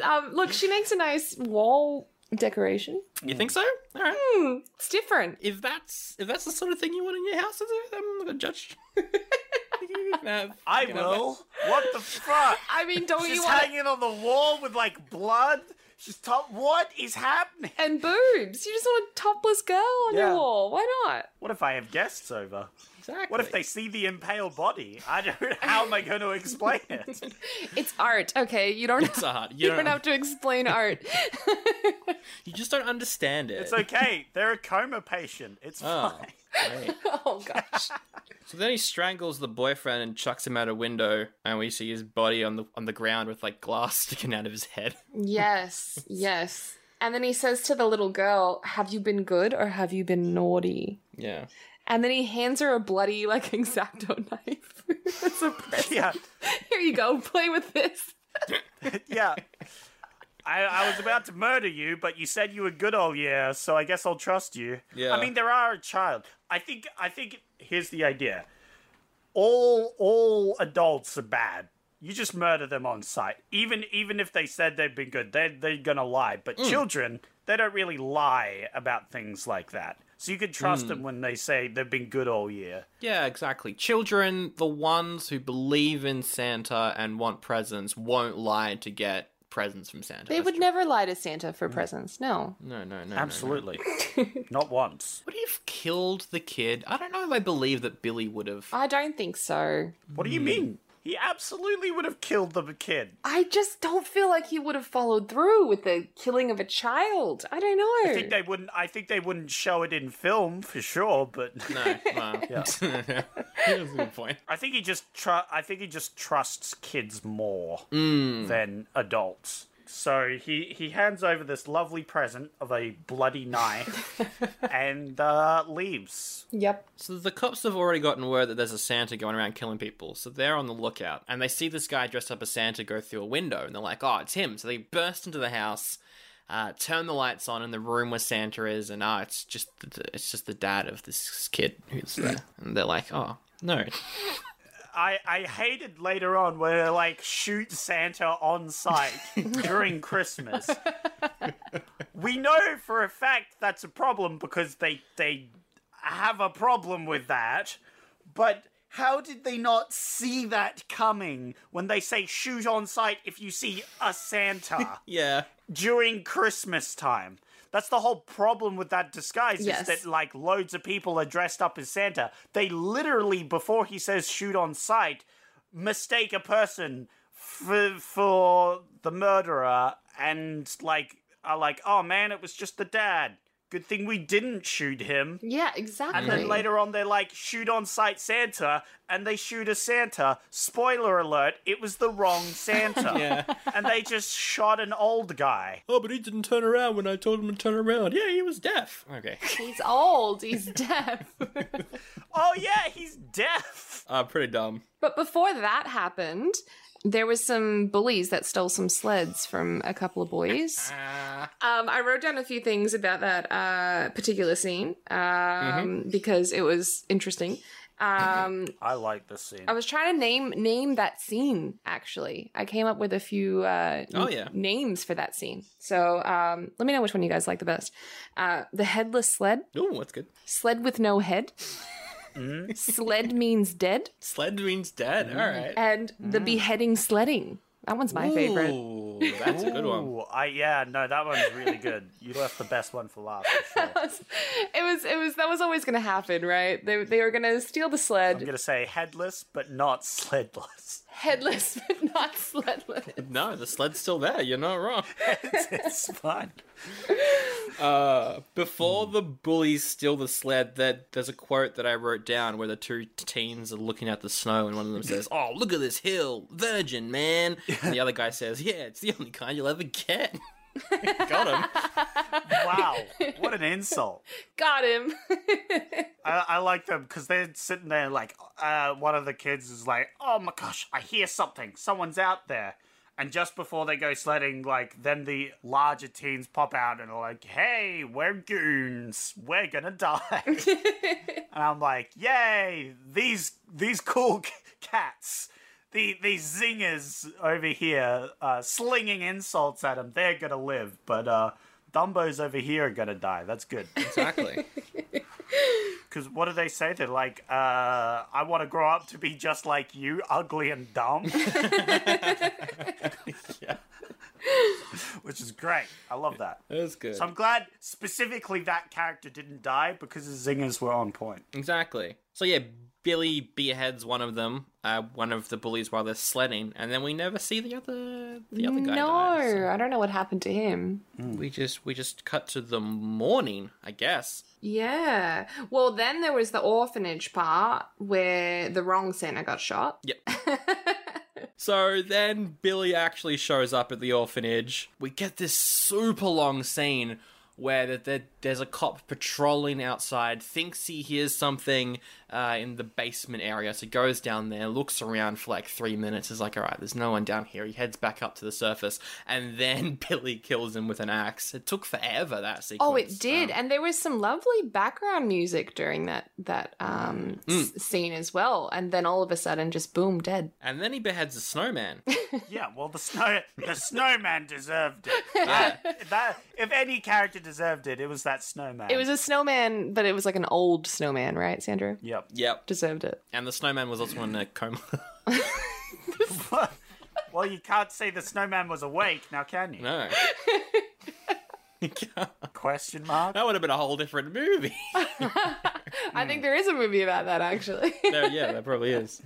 um, look, she makes a nice wall decoration. you think so? All right. Hmm, it's different. If that's if that's the sort of thing you want in your house to do, then I'm not gonna judge. You can have- I you can have will. What the fuck? I mean, don't She's you want hanging on the wall with like blood. She's top. What is happening? and boobs? You just want a topless girl on Yeah. your wall. Why not? What if I have guests over? that. Exactly. What if they see the impaled body? I don't. How am I going to explain it? It's art, okay? You don't. It's art. You, You don't don't- have to explain art. You just don't understand it. It's okay. They're a coma patient. It's Oh. fine. Right. oh gosh. So then he strangles the boyfriend and chucks him out a window, and we see his body on the on the ground with like glass sticking out of his head. Yes, yes. And then he says to the little girl, Have you been good or have you been naughty? Yeah. And then he hands her a bloody, like, exacto knife. it's a present. Yeah, Here you go, play with this. yeah. I, I was about to murder you, but you said you were good all year, so I guess I'll trust you. Yeah. I mean, there are a child. I think. I think. Here's the idea. All all adults are bad. You just murder them on sight. Even even if they said they've been good, they they're gonna lie. But children, they don't really lie about things like that. So you can trust them when they say they've been good all year. Yeah, exactly. Children, the ones who believe in Santa and want presents, won't lie to get presents from Santa. They would never lie to Santa for presents. No. No, no, no, no. Absolutely. Not once. Would he have killed the kid? I don't know if I believe that Billy would have. I don't think so. What do you mean? He absolutely would have killed the kid. I just don't feel like he would have followed through with the killing of a child. I don't know. I think they wouldn't. I think they wouldn't show it in film for sure. But No, well, that's a good point. I think he just. Tr- I think he just trusts kids more than adults. So he he hands over this lovely present of a bloody knife and uh, leaves. yep. So the cops have already gotten word that there's a Santa going around killing people, so they're on the lookout, and they see this guy dressed up as Santa go through a window, and they're like, "Oh, it's him!" So they burst into the house, uh, turn the lights on in the room where Santa is, and ah, it's just the, it's just the dad of this kid who's there, and they're like, "Oh, no, I I hated later on where they like shoot Santa on site during Christmas. we know for a fact that's a problem because they they have a problem with that. But how did they not see that coming when they say shoot on site if you see a Santa yeah, during Christmas time? That's the whole problem with that disguise Yes. is that like loads of people are dressed up as Santa. They literally before he says shoot on sight mistake a person for for the murderer and like are like oh man it was just the dad. Good thing we didn't shoot him. Yeah, exactly. And then later on, they're like, shoot on sight Santa, and they shoot a Santa. Spoiler alert, it was the wrong Santa. And they just shot an old guy. oh, but he didn't turn around when I told him to turn around. Yeah, he was deaf. Okay, He's old. He's deaf. Oh, yeah, he's deaf. uh, pretty dumb. but before that happened, there was some bullies that stole some sleds from a couple of boys. Um, I wrote down a few things about that uh, particular scene um, Mm-hmm. because it was interesting. Um, I like this scene. I was trying to name name that scene. Actually, I came up with a few uh, Oh, yeah. names for that scene. So um, let me know which one you guys like the best. Uh, the headless sled, Ooh, that's good. sled with no head. sled means dead, Sled means dead. All right. and the beheading sledding. That one's my favorite. Mm. Ooh, that's a good one. Ooh, I, yeah, no, that one's really good. You left the best one for last, for sure. It was it was that was always going to happen, right? They they were going to steal the I'm sled, going to say headless, but not sledless. headless but not sledless. No, the sled's still there. You're not wrong. it's, it's fun. Before the bullies steal the sled, that there's a quote that I wrote down where the two teens are looking at the snow, and one of them says, "Oh, look at this hill, virgin man," and the other guy says, "Yeah, it's the only kind you'll ever get." Got him. Wow, what an insult. Got him. I, I like them because they're sitting there like uh, one of the kids is like, "Oh my gosh, I hear something. Someone's out there." And just before they go sledding, like then the larger teens pop out and are like, "Hey, we're goons. We're gonna die." and I'm like, "Yay! These these cool c- cats." The, these zingers over here uh, slinging insults at them, they're gonna live, but uh, Dumbo's over here are gonna die. That's good. Exactly. Because what do they say? They're like, uh, I want to grow up to be just like you, ugly and dumb. Which is great. I love that. That's good. So I'm glad specifically that character didn't die because his zingers were on point. Exactly. So yeah, Billy beheads one of them, uh, one of the bullies while they're sledding, and then we never see the other the other guy. no, die, so I don't know what happened to him. we just we just cut to the morning, I guess. Yeah. Well, then there was the orphanage part where the wrong Santa got shot. Yep. So then Billy actually shows up at the orphanage. We get this super long scene where the, the, there's a cop patrolling outside, thinks he hears something uh, in the basement area, so goes down there, looks around for like three minutes, is like, all right, there's no one down here. He heads back up to the surface, and then Billy kills him with an axe. It took forever that sequence. Oh, it did, and there was some lovely background music during that that um, s- scene as well. And then all of a sudden, just boom, dead. And then he beheads a snowman. Yeah, well, the snow the snowman deserved it. That- that- if any character deserved it, it was that snowman. It was a snowman, but it was like an old snowman, right, Sandra? Yep. yep. Deserved it. And the snowman was also in a coma. well, you can't say the snowman was awake now, can you? no. Question mark. That would have been a whole different movie. I think there is a movie about that actually. There- yeah, there probably is.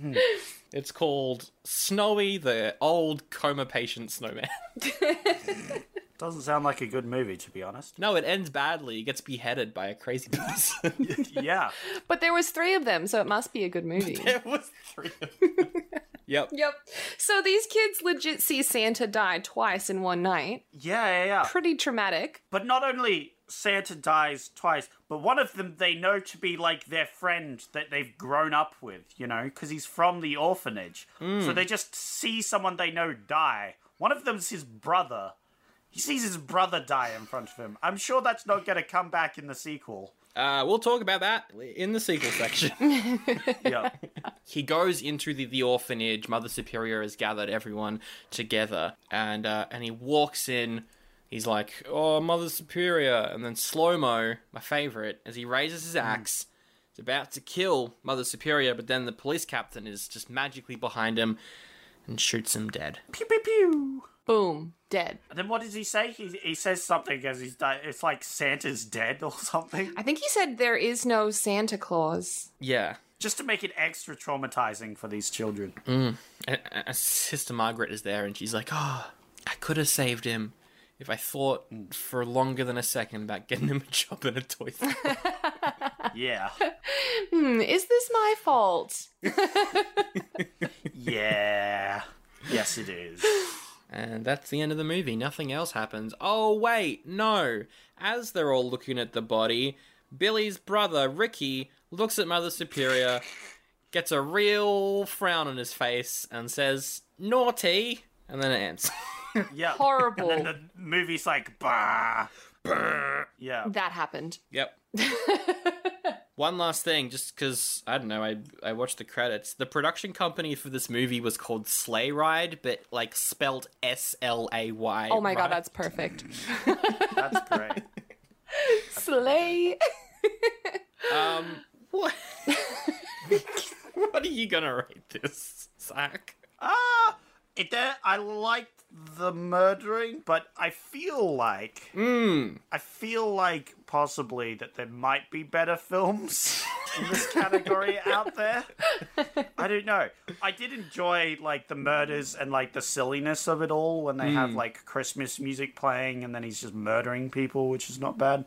It's called Snowy the Old Coma Patient Snowman. Doesn't sound like a good movie, to be honest. No, it ends badly. He gets beheaded by a crazy person. Yeah. but there was three of them, so it must be a good movie. it was three of them. Yep. Yep. So these kids legit see Santa die twice in one night. Yeah, yeah, yeah. Pretty traumatic. But not only Santa dies twice, but one of them they know to be like their friend that they've grown up with, you know, because he's from the orphanage. So Hmm. they just see someone they know die. One of them's his brother. He sees his brother die in front of him. I'm sure that's not going to come back in the sequel. Uh, we'll talk about that in the sequel section. Yeah. he goes into the, the orphanage. Mother Superior has gathered everyone together, and uh, and he walks in. He's like, "Oh, Mother Superior!" And then slow mo, my favorite, as he raises his axe, he's about to kill Mother Superior, but then the police captain is just magically behind him and shoots him dead. pew, pew, pew. Boom. Dead. And then what does he say? He, he says something as he's di It's like Santa's dead or something. I think he said there is no Santa Claus. Yeah, Just to make it extra traumatizing for these children. Mm. and, and Sister Margaret is there, and she's like, "Oh, I could have saved him." If I thought for longer than a second about getting him a job in a toy store. Yeah. Hmm, is this my fault? Yeah. Yes, it is. And that's the end of the movie. Nothing else happens. Oh, wait, no. As they're all looking at the body, Billy's brother, Ricky, looks at Mother Superior, gets a real frown on his face, and says, Naughty! And then it ends. Yeah. Horrible. The movie's like, bah. Yeah. that happened. yep. One last thing, just because, I don't know, I, I watched the credits. The production company for this movie was called Sleigh Ride, but like spelled S L A Y. Oh my god, that's perfect. That's great. Slay. Um, what? what are you gonna rate this, Zach? Ah! It, there, I liked the murdering, but I feel like. I feel like possibly that there might be better films in this category out there. I don't know. I did enjoy like the murders and like the silliness of it all when they have like Christmas music playing and then he's just murdering people, which is not bad.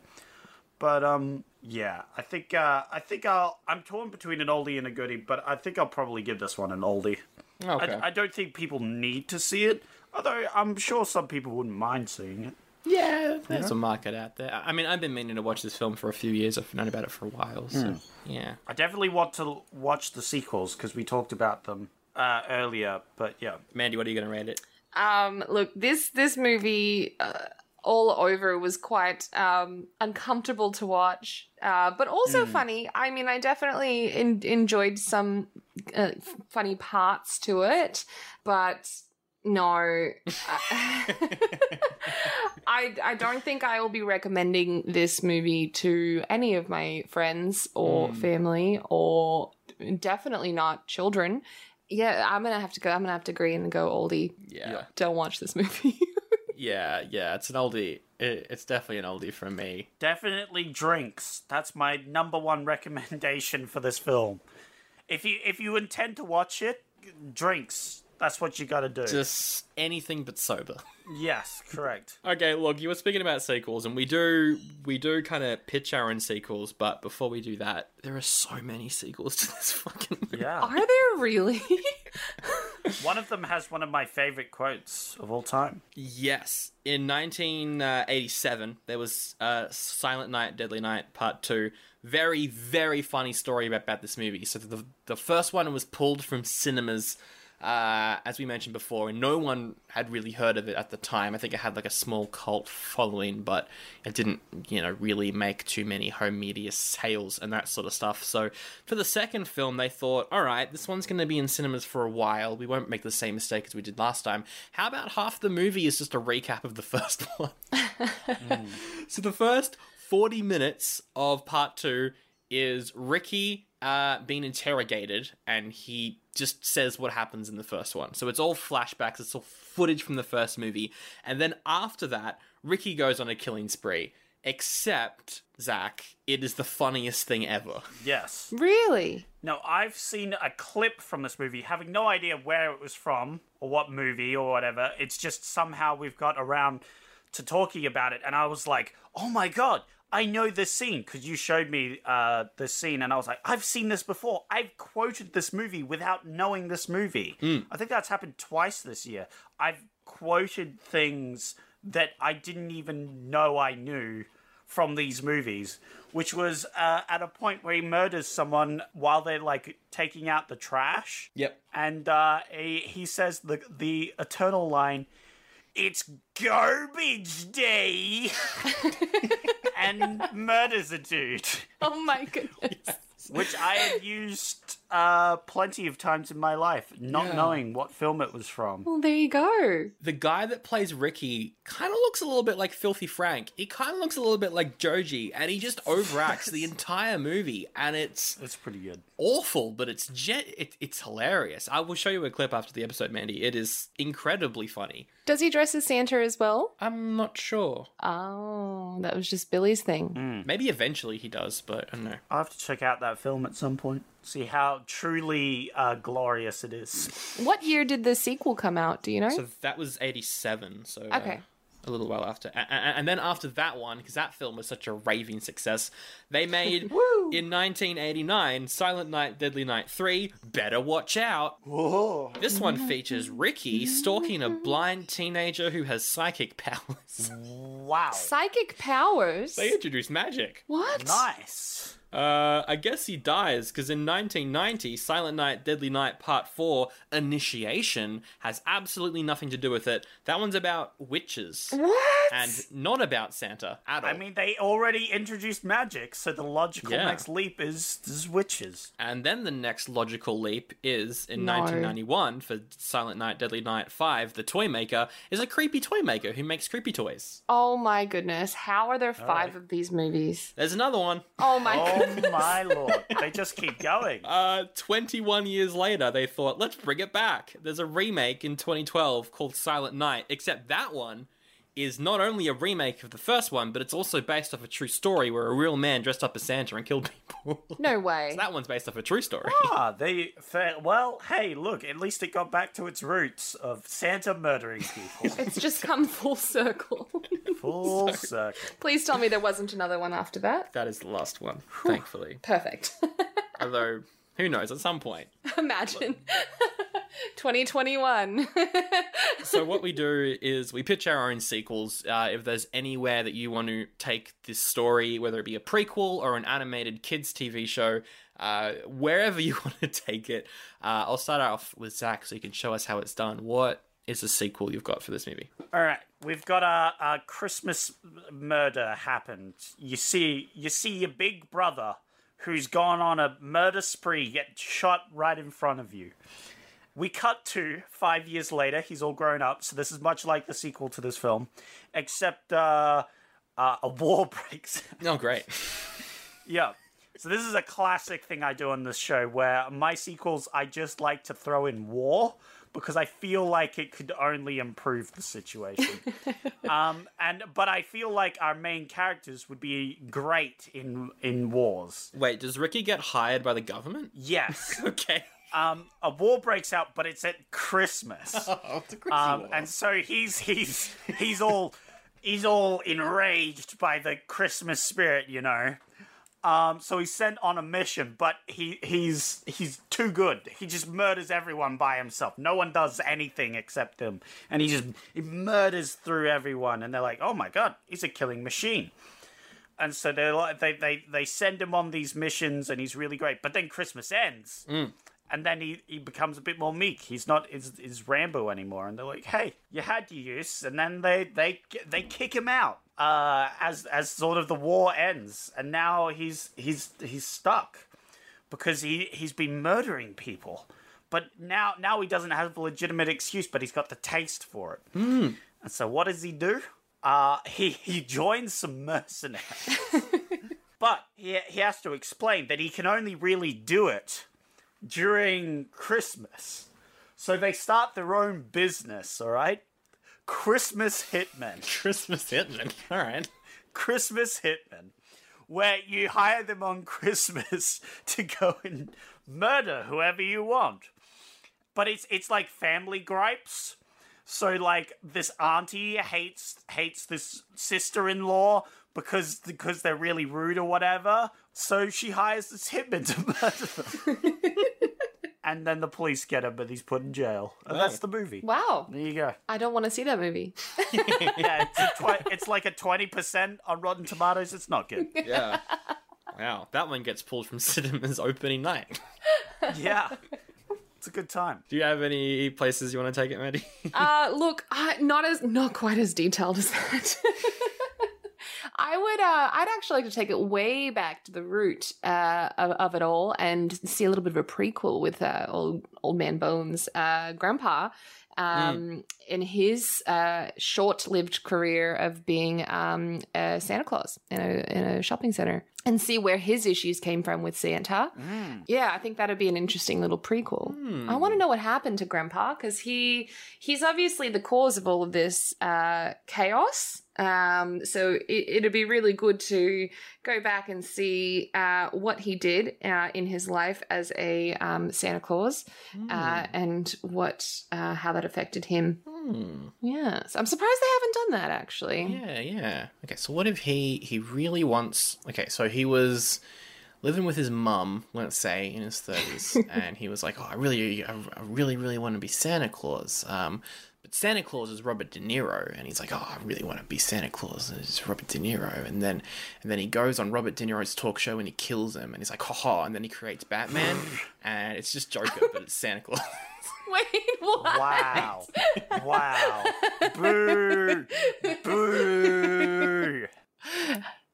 But um yeah, I think uh I think I'll I'm torn between an oldie and a goodie, but I think I'll probably give this one an oldie. Okay. I, I don't think people need to see it, although I'm sure some people wouldn't mind seeing it. yeah, there's a market out there. I I mean, I've been meaning to watch this film for a few years. I've known about it for a while. So yeah, I definitely want to watch the sequels because we talked about them uh, earlier. But yeah, Mandy, what are you gonna rate it? Um, look, this this movie uh, all over was quite um, uncomfortable to watch, uh, but also funny. I mean, I definitely en- enjoyed some uh, f- funny parts to it, but no, I I don't think I will be recommending this movie to any of my friends or family or definitely not children. Yeah, I'm gonna have to go. I'm gonna have to agree and go oldie. Yeah, Don't watch this movie. yeah, yeah. It's an oldie. It, it's definitely an oldie from me. definitely drinks. That's my number one recommendation for this film. If you if you intend to watch it, drinks. That's what you got to do. Just anything but sober. yes, correct. Okay, look, you were speaking about sequels, and we do we do kind of pitch our own sequels. But before we do that, there are so many sequels to this fucking movie. Yeah. Are there really? One of them has one of my favorite quotes of all time. Yes, in 1987, there was uh, Silent Night, Deadly Night Part 2. Very, very funny story about, about this movie. So, the, the first one was pulled from cinemas, uh, as we mentioned before, and no one had really heard of it at the time. I think it had like a small cult following, but it didn't, you know, really make too many home media sales and that sort of stuff. So, for the second film, they thought, all right, this one's going to be in cinemas for a while. We won't make the same mistake as we did last time. How about half the movie is just a recap of the first one? So the first 40 minutes of part two is Ricky uh, being interrogated, and he just says what happens in the first one. So it's all flashbacks, it's all footage from the first movie. And then after that, Ricky goes on a killing spree. Except, Zach, it is the funniest thing ever. Yes. Really? Now, I've seen a clip from this movie, having no idea where it was from or what movie or whatever. It's just somehow we've got around to talking about it, and I was like, oh my god, I know this scene because you showed me uh, this scene, and I was like, I've seen this before. I've quoted this movie without knowing this movie. I think that's happened twice this year. I've quoted things that I didn't even know I knew from these movies, which was uh, at a point where he murders someone while they're like taking out the trash. Yep. And uh, he, he says the the eternal line, "It's garbage day," and murders a dude, Oh my goodness. which I have used uh, plenty of times in my life, not knowing what film it was from. Well, there you go. The guy that plays Ricky kind of looks a little bit like Filthy Frank. He kind of looks a little bit like Joji, and he just overacts the entire movie, and it's That's pretty good. awful, but it's jet. It, it's hilarious. I will show you a clip after the episode, Mandy. It is incredibly funny. Does he dress as Santa as well? I'm not sure. Oh, that was just Billy's thing. Maybe eventually he does, but I don't know. I'll have to check out that film at some point. See how truly uh, glorious it is. What year did the sequel come out? Do you know? Hmm. So that was '87. So uh, Okay. a little while after, and, and then after that one, because that film was such a raving success, they made in 1989 Silent Night, Deadly Night Three. Better watch out. This one features Ricky stalking a blind teenager who has psychic powers. Wow. Psychic powers? they introduce magic. what? Nice. Uh, I guess he dies because in 1990, Silent Night, Deadly Night Part 4, Initiation, has absolutely nothing to do with it. That one's about witches. What? And not about Santa at all. I mean, they already introduced magic, so the logical Yeah. next leap is, is witches. and then the next logical leap is in No. 1991 for Silent Night, Deadly Night 5, the toy maker is a creepy toy maker who makes creepy toys. Oh my goodness. How are there five of these movies? There's another one. Oh my Oh goodness. my lord. They just keep going. Uh, 21 years later, they thought, let's bring it back. There's a remake in 2012 called Silent Night, except that one is not only a remake of the first one, but it's also based off a true story where a real man dressed up as Santa and killed people. No way. that one's based off a true story. Ah, they fair, well, hey, look, at least it got back to its roots of Santa murdering people. It's just come full circle. Full circle. Please tell me there wasn't another one after that. That is the last one, thankfully. Perfect. Although, who knows, at some point. Imagine. 2021. so what we do is we pitch our own sequels. Uh, if there's anywhere that you want to take this story, whether it be a prequel or an animated kids TV show, uh, wherever you want to take it, uh, I'll start off with Zach so you can show us how it's done. What is the sequel you've got for this movie? All right, we've got a, a Christmas murder happened. You see, you see your big brother who's gone on a murder spree get shot right in front of you. We cut to five years later. He's all grown up, so this is much like the sequel to this film, except uh, uh, a war breaks Oh, great. yeah. So this is a classic thing I do on this show where my sequels I just like to throw in war because I feel like it could only improve the situation. um, and but I feel like our main characters would be great in in wars. Wait, does Ricky get hired by the government? Yes. Okay. Um, a war breaks out, but it's at Christmas. um, and so he's he's he's all he's all enraged by the Christmas spirit, you know. Um, so he's sent on a mission, but he he's he's too good. He just murders everyone by himself. No one does anything except him, and he just he murders through everyone. And they're like, "Oh my god, he's a killing machine." And so they like they they they send him on these missions, and he's really great. But then Christmas ends, and then he, he becomes a bit more meek. He's not is is Rambo anymore, and they're like, "Hey, you had your use," and then they they they kick him out uh, as as sort of the war ends, and now he's he's he's stuck because he he's been murdering people, but now now he doesn't have a legitimate excuse, but he's got the taste for it. And so what does he do? Uh, he he joins some mercenaries. But he, he has to explain that he can only really do it during Christmas. So they start their own business, all right? Christmas Hitmen. Christmas Hitman. All right. Christmas Hitmen. Where you hire them on Christmas to go and murder whoever you want. But it's it's like family gripes. So like this auntie hates hates this sister-in-law because because they're really rude or whatever. So she hires this hitman to murder them. and then the police get him, but he's put in jail. And that's the movie. Wow. There you go. I don't want to see that movie. Yeah, it's, a twi- it's like a twenty percent on Rotten Tomatoes. It's not good. Yeah. Wow, that one gets pulled from cinemas opening night. Yeah, it's a good time. Do you have any places you want to take it, Maddie? Uh, look, uh, not as not quite as detailed as that. I would, uh, I'd actually like to take it way back to the root uh, of, of it all and see a little bit of a prequel with uh, old old man Bones, uh, Grandpa, um, in his uh, short-lived career of being um, a Santa Claus in a in a shopping center, and see where his issues came from with Santa. Yeah, I think that'd be an interesting little prequel. I want to know what happened to Grandpa because he he's obviously the cause of all of this uh, chaos. Um, so it, it'd be really good to go back and see uh, what he did uh, in his life as a um, Santa Claus uh, and what uh, how that affected him. Yes, I'm surprised they haven't done that actually. Yeah, yeah. Okay, so what if he he really wants? Okay, so he was living with his mum, let's say, in his thirties, and he was like, "Oh, I really, I, I really, really want to be Santa Claus." Um, but Santa Claus is Robert De Niro, and he's like, "Oh, I really want to be Santa Claus," and it's Robert De Niro, and then and then he goes on Robert De Niro's talk show and he kills him, and he's like, "Ha ha!" And then he creates Batman, and it's just Joker, but it's Santa Claus. Wait, what? Wow. wow. Boo. Boo.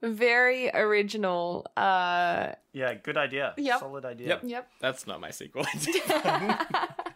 Very original. Uh, Yeah, good idea. Yep. Solid idea. Yep. yep. That's not my sequel.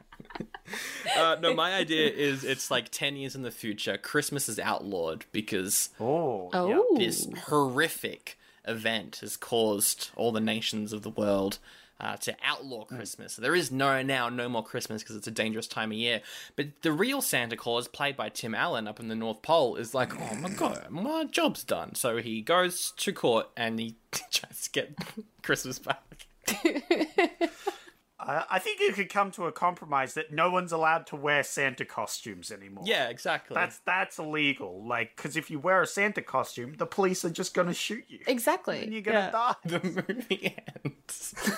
uh, no, my idea is it's like 10 years in the future. Christmas is outlawed because Oh. Oh, this horrific event has caused all the nations of the world uh, to outlaw Hmm. Christmas. There is no now no more Christmas because it's a dangerous time of year. But the real Santa Claus, played by Tim Allen up in the North Pole, is like, oh my god, my job's done. So he goes to court and he tries to get Christmas back. I, I think you could come to a compromise that no one's allowed to wear Santa costumes anymore. Yeah, exactly. That's that's illegal. Like, because if you wear a Santa costume, the police are just gonna shoot you. And exactly. you're gonna die. the movie ends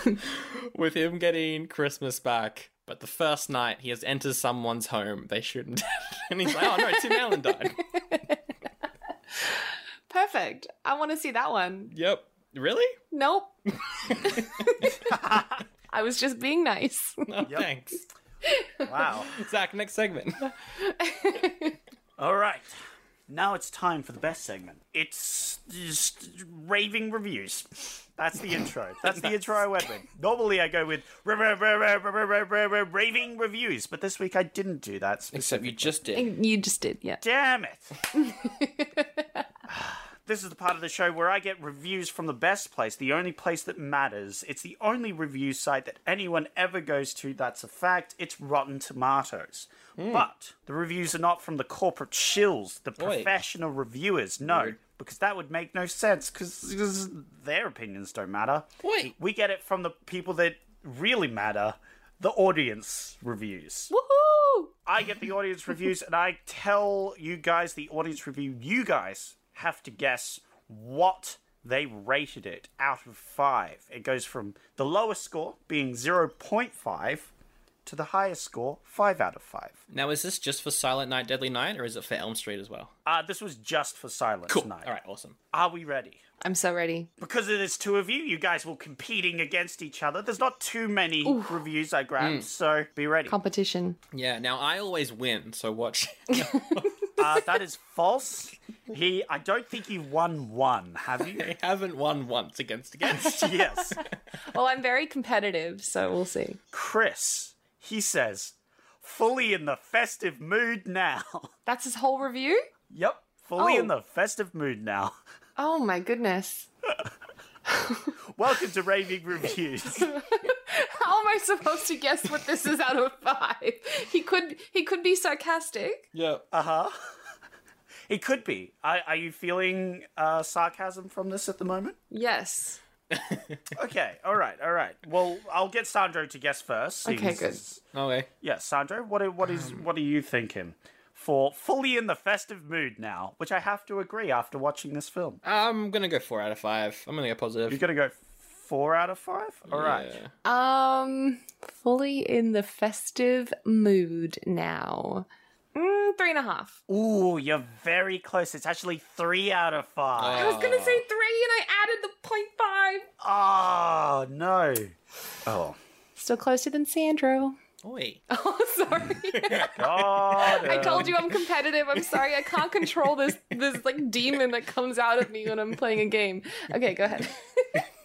with him getting Christmas back. But the first night he has entered someone's home, they shoot him down, and he's like, "Oh no, Tim Allen died." Perfect. I want to see that one. Yep. Really? Nope. I was just being nice. No, thanks. Wow. Zach, next segment. All right. Now it's time for the best segment. It's just raving reviews. That's the intro. That's the intro I went with. Normally I go with ra- ra- ra- ra- ra- ra- ra- ra- ra- raving reviews, but this week I didn't do that. Except you just did. you just did, yeah. Damn it. this is the part of the show where I get reviews from the best place, the only place that matters. It's the only review site that anyone ever goes to, that's a fact. It's Rotten Tomatoes. But the reviews are not from the corporate shills, the professional reviewers. No, because that would make no sense because their opinions don't matter. Wait. We get it from the people that really matter, the audience reviews. Woohoo! I get the audience reviews, and I tell you guys the audience review. You guys have to guess what they rated it out of five. It goes from the lowest score being 0.5 to the highest score, five out of five. Now, is this just for Silent Night, Deadly Night, or is it for Elm Street as well? Uh, this was just for Silence Cool. Night. All right, awesome. Are we ready? I'm so ready. Because there's two of you, you guys will competing against each other. There's not too many reviews I Mm. grabbed, so be ready. Competition. Yeah. Now I always win, so watch. uh, that is false. He, I don't think you won one, have you? I haven't won once against against. yes. Well, I'm very competitive, so we'll see. Chris, he says, fully in the festive mood now. That's his whole review? yep, fully in Oh. the festive mood now. Oh my goodness. Welcome to Raving Reviews. How am I supposed to guess what this is out of five? He could he could be sarcastic. yeah. it could be. Are, are you feeling uh, sarcasm from this at the moment? Yes. Okay, all right, all right. Well, I'll get Sandro to guess first. Okay, since- good. Okay. Yeah, Sandro, what are, what is what are you thinking? For fully in the festive mood now, which I have to agree after watching this film. I'm gonna go four out of five. I'm gonna go positive. You're gonna go four out of five? All right. Yeah. Um fully in the festive mood now. Mm, three and a half. Ooh, you're very close. It's actually three out of I five. was gonna say three and I added the point five. Oh, no. Oh. Still closer than Sandro. Oi. Oh sorry. God. I told you I'm competitive. I'm sorry. I can't control this this like demon that comes out of me when I'm playing a game. Okay, go ahead.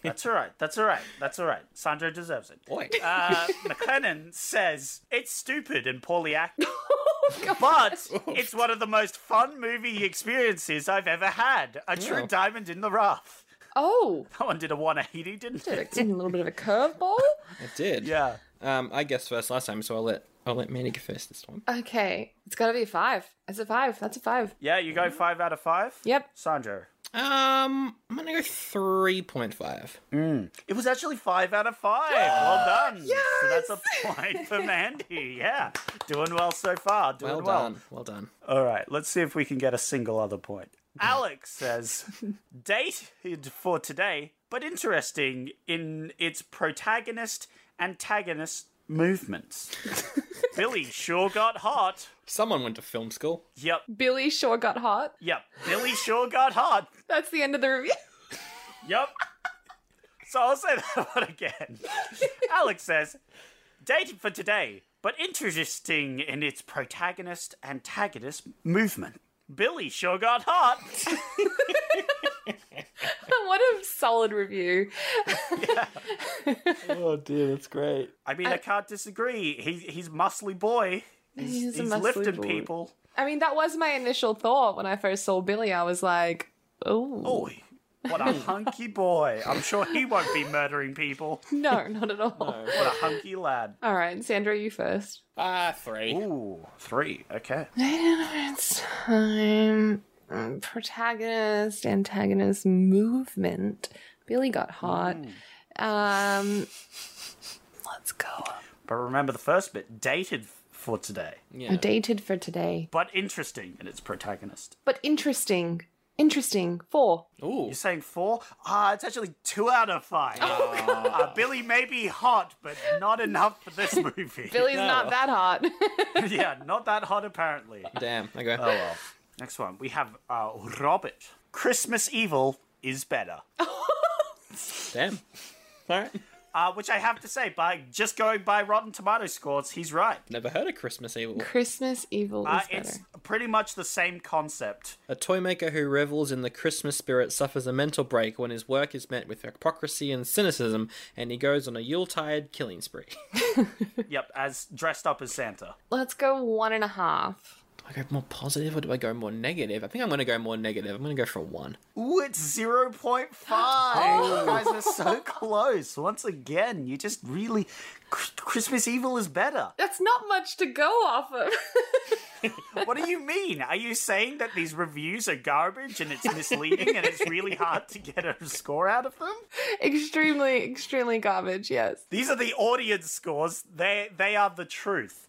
That's all right. That's all right. That's all right. Sandro deserves it. Oi. Uh, McLennan says it's stupid and poorly acted, but it's one of the most fun movie experiences I've ever had. A true diamond in the rough. Oh, That one did a 180, didn't it? it's a little bit of a curveball. I did. Yeah. Um, I guessed first last time, so I'll let I'll let Manny go first this time. Okay, it's got to be a five. It's a five. That's a five. Yeah, you go five out of five. Yep. Sandro. Um, I'm gonna go three point five. It was actually five out of five. well done. So that's a point for Mandy. Yeah. Doing well so far. Doing Well well. done. Well done. All right. Let's see if we can get a single other point. Alex says, dated for today, but interesting in its protagonist antagonist movements. Billy sure got hot. Someone went to film school. Yep. Billy sure got hot. Yep. Billy sure got hot. That's the end of the review. Yep. So I'll say that one again. Alex says, dated for today, but interesting in its protagonist antagonist movement. Billy sure got hot. what a solid review. Oh dear, that's great. I mean, I, can't disagree. He, he's muscly boy. He's, He's a he's muscly lifting boy. people. I mean, that was my initial thought when I first saw Billy. I was like, oh, Boy, what a hunky boy. I'm sure he won't be murdering people. no, not at all. What a hunky lad. All right, Sandra, you first. Ah, three. Ooh, three. Okay. It's time. um, Protagonist, antagonist, movement. Billy got hot. Um, let's go. But remember the first bit dated for today, Yeah. Dated for today, but interesting in its protagonist. but interesting. Interesting. Four. Ooh. You're saying four? Ah, it's actually two out of five. Uh, Billy may be hot, but not enough for this movie. Billy's not that hot. yeah, not that hot apparently. Damn. Okay. Next one, we have uh, Robert. Christmas Evil is better. Damn. All right. Uh, which I have to say, by just going by Rotten Tomato scores, he's right. Never heard of Christmas Evil. Christmas evil Uh, is better. it's pretty much the same concept. A toy maker who revels in the Christmas spirit suffers a mental break when his work is met with hypocrisy and cynicism, and he goes on a Yuletide killing spree. Yep, as dressed up as Santa. Let's go one and a half. do I go more positive or do I go more negative? I think I'm going to go more negative. I'm going to go for a one. Ooh, it's 0.5. You guys are so close. Once again, you just really. Chr- Christmas Evil is better. That's not much to go off of. What do you mean? Are you saying that these reviews are garbage and it's misleading and it's really hard to get a score out of them? extremely, extremely garbage, yes. These are the audience scores. They they are the truth.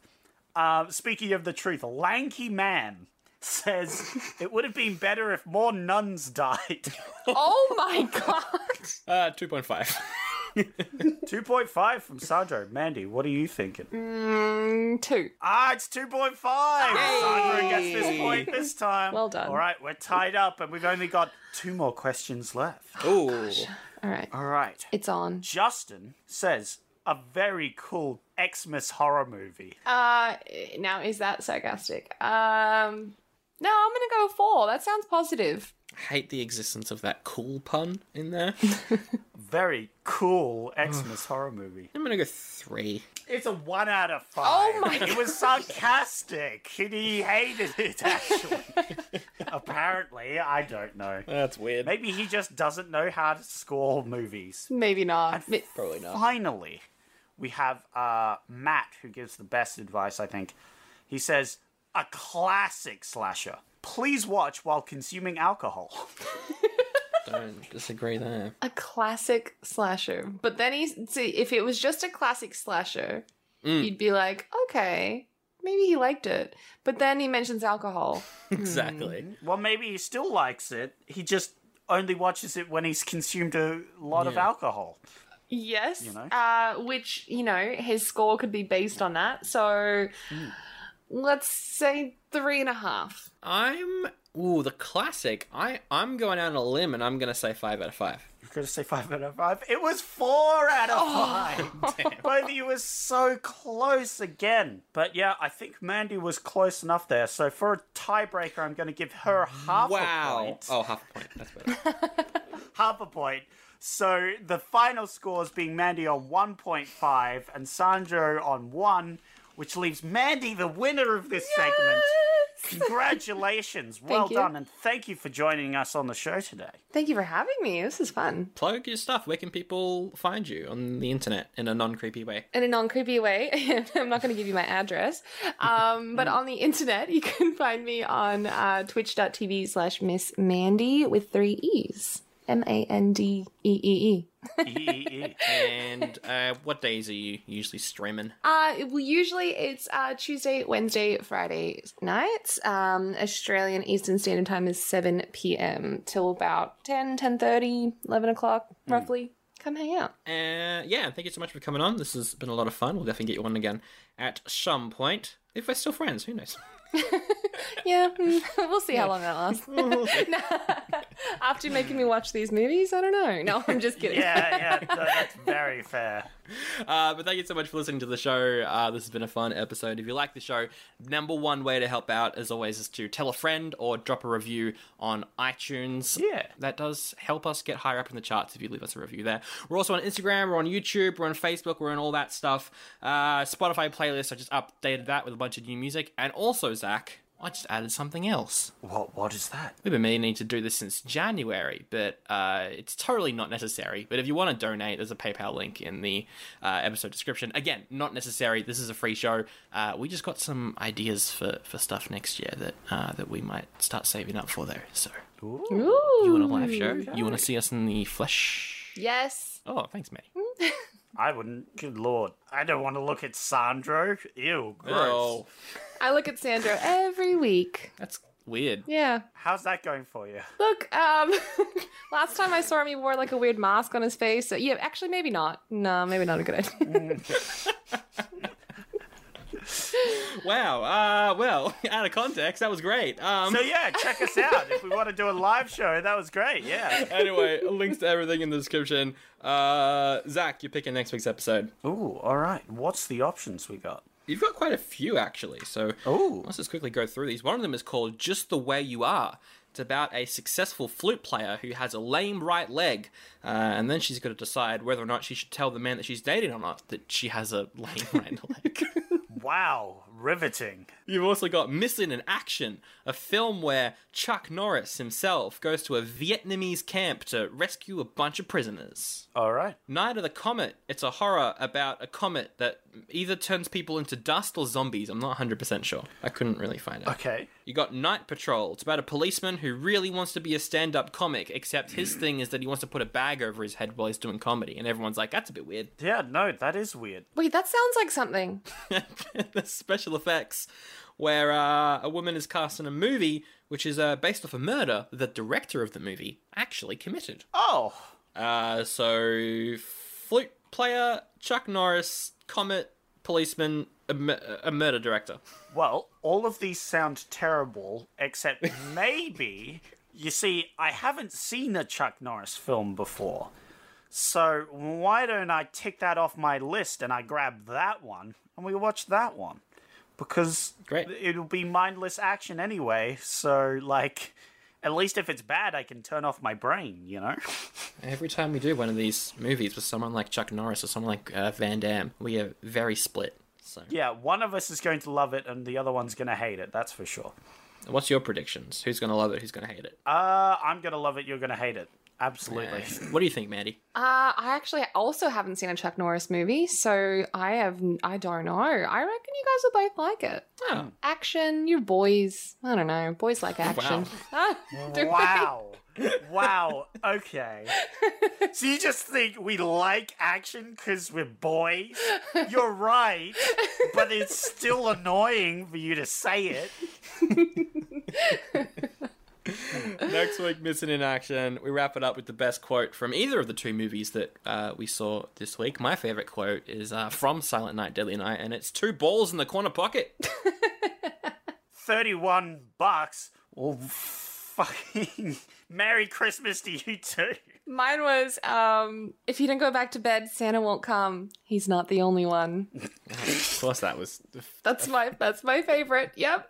Uh, speaking of the truth, lanky man says it would have been better if more nuns died. Oh my god. Uh, 2.5. 2.5 from Sandro. Mandy, what are you thinking? Mm, two. Ah, it's 2.5. Sandro gets this point this time. Well done. All right, we're tied up and we've only got two more questions left. Ooh. All right. All right. It's on. Justin says a very cool Xmas horror movie. Uh, now is that sarcastic? Um, no, I'm gonna go four. That sounds positive. Hate the existence of that cool pun in there. Very cool Xmas horror movie. I'm gonna go three. It's a one out of five. Oh my It was sarcastic. and He hated it, actually. Apparently, I don't know. That's weird. Maybe he just doesn't know how to score movies. Maybe not. Mi- Probably not. Finally, we have uh, Matt, who gives the best advice, I think. He says, a classic slasher. Please watch while consuming alcohol. Don't disagree there. a classic slasher. But then he see if it was just a classic slasher, you'd be like, okay, maybe he liked it. But then he mentions alcohol. Exactly. Well, maybe he still likes it. He just only watches it when he's consumed a lot of alcohol. Yes. know? Uh, which, you know, his score could be based on that. So let's say three and a half. I'm ooh the classic. I I'm going out on a limb and I'm gonna say five out of five. You're gonna say five out of five. It was four out of five. Both of you were so close again. But yeah, I think Mandy was close enough there. So for a tiebreaker, I'm gonna give her half a Wow. point. Oh, half a point. That's better. Half a point. So the final scores being Mandy on 1.5 and Sandro on one, which leaves Mandy the winner of this segment. Congratulations. well you. done, and thank you for joining us on the show today. Thank you for having me. This is fun. Plug your stuff. Where can people find you on the internet in a non creepy way? in a non creepy way. I'm not going to give you my address. Um, but on the internet, you can find me on uh, twitch.tv slash Miss Mandy with three E's. M A N D E E E. E-E-E. And uh, what days are you usually streaming? Uh, well, usually it's uh, Tuesday, Wednesday, Friday nights. Um, Australian Eastern Standard Time is 7 p.m. till about 10, 10.30, 11 o'clock, roughly. Come hang out. Uh, yeah, thank you so much for coming on. This has been a lot of fun. We'll definitely get you on again at some point. If we're still friends, who knows? Yeah, mm, we'll see how long that lasts. No. After making me watch these movies, I don't know. No, I'm just kidding. yeah, yeah, th- that's very fair. Uh, but thank you so much for listening to the show. Uh, this has been a fun episode. If you like the show, number one way to help out, as always, is to tell a friend or drop a review on iTunes. Yeah. That does help us get higher up in the charts if you leave us a review there. We're also on Instagram, we're on YouTube, we're on Facebook, we're on all that stuff. Uh, Spotify playlist, I just updated that with a bunch of new music. And also, Zach, I just added something else. What? What is that? We've been meaning to do this since January, but uh, it's totally not necessary. But if you want to donate, there's a PayPal link in the uh, episode description. Again, not necessary. This is a free show. Uh, we just got some ideas for, for stuff next year that uh, that we might start saving up for there. So you want a live show? You want to see us in the flesh? Yes. Oh, thanks, mate. I wouldn't. Good lord, I don't want to look at Sandro. Ew, gross. Oh, I look at Sandra every week. that's weird. Yeah. How's that going for you? Look, um, last time I saw him, he wore like a weird mask on his face. So, yeah, actually, maybe not. No, maybe not a good idea. Wow. Uh, well, out of context, that was great. Um, So yeah, check us out if we want to do a live show. That was great. Yeah. anyway, links to everything in the description. Uh, Zach, you're picking next week's episode. Ooh, all right. What's the options we got? You've got quite a few actually, so Ooh. let's just quickly go through these. One of them is called Just the Way You Are. It's about a successful flute player who has a lame right leg, uh, and then she's got to decide whether or not she should tell the man that she's dating or not that she has a lame right leg. Wow, riveting. You've also got Missing in Action, a film where Chuck Norris himself goes to a Vietnamese camp to rescue a bunch of prisoners. All right. Night of the Comet. It's a horror about a comet that either turns people into dust or zombies. I'm not 100% sure. I couldn't really find out. Okay. You got Night Patrol. It's about a policeman who really wants to be a stand up comic, except his thing is that he wants to put a bag over his head while he's doing comedy. And everyone's like, that's a bit weird. Yeah. No, that is weird. Wait, that sounds like something. the special effects where uh, a woman is cast in a movie which is uh, based off a murder the director of the movie actually committed. Oh, Uh, so, flute player, Chuck Norris, comet, policeman, a, mu- a murder director. well, all of these sound terrible, except maybe. You see, I haven't seen a Chuck Norris film before. So why don't I tick that off my list and I grab that one and we watch that one? Because Great. it'll be mindless action anyway, so like at least if it's bad I can turn off my brain, you know? Every time we do one of these movies with someone like Chuck Norris or someone like uh, Van Damme, we are very split. So, Yeah, one of us is going to love it and the other one's going to hate it, that's for sure. what's your predictions? Who's going to love it? Who's going to hate it? Uh, I'm going to love it, you're going to hate it. Absolutely. what do you think, Mandy? Uh, I actually also haven't seen a Chuck Norris movie, so I have I don't know. I reckon you guys will both like it. Oh. Action, you boys. I don't know. Boys like action. Do Wow. wow. Okay. So you just think we like action because we're boys? You're right, but it's still annoying for you to say it. Next week, Missing in Action, we wrap it up with the best quote from either of the two movies that uh, we saw this week. My favorite quote is uh, from Silent Night, Deadly Night, and it's two balls in the corner pocket. 31 bucks. Well, fucking Merry Christmas to you too. Mine was um, if you don't go back to bed, Santa won't come. He's not the only one. of course, that was. That's my that's my favorite. Yep.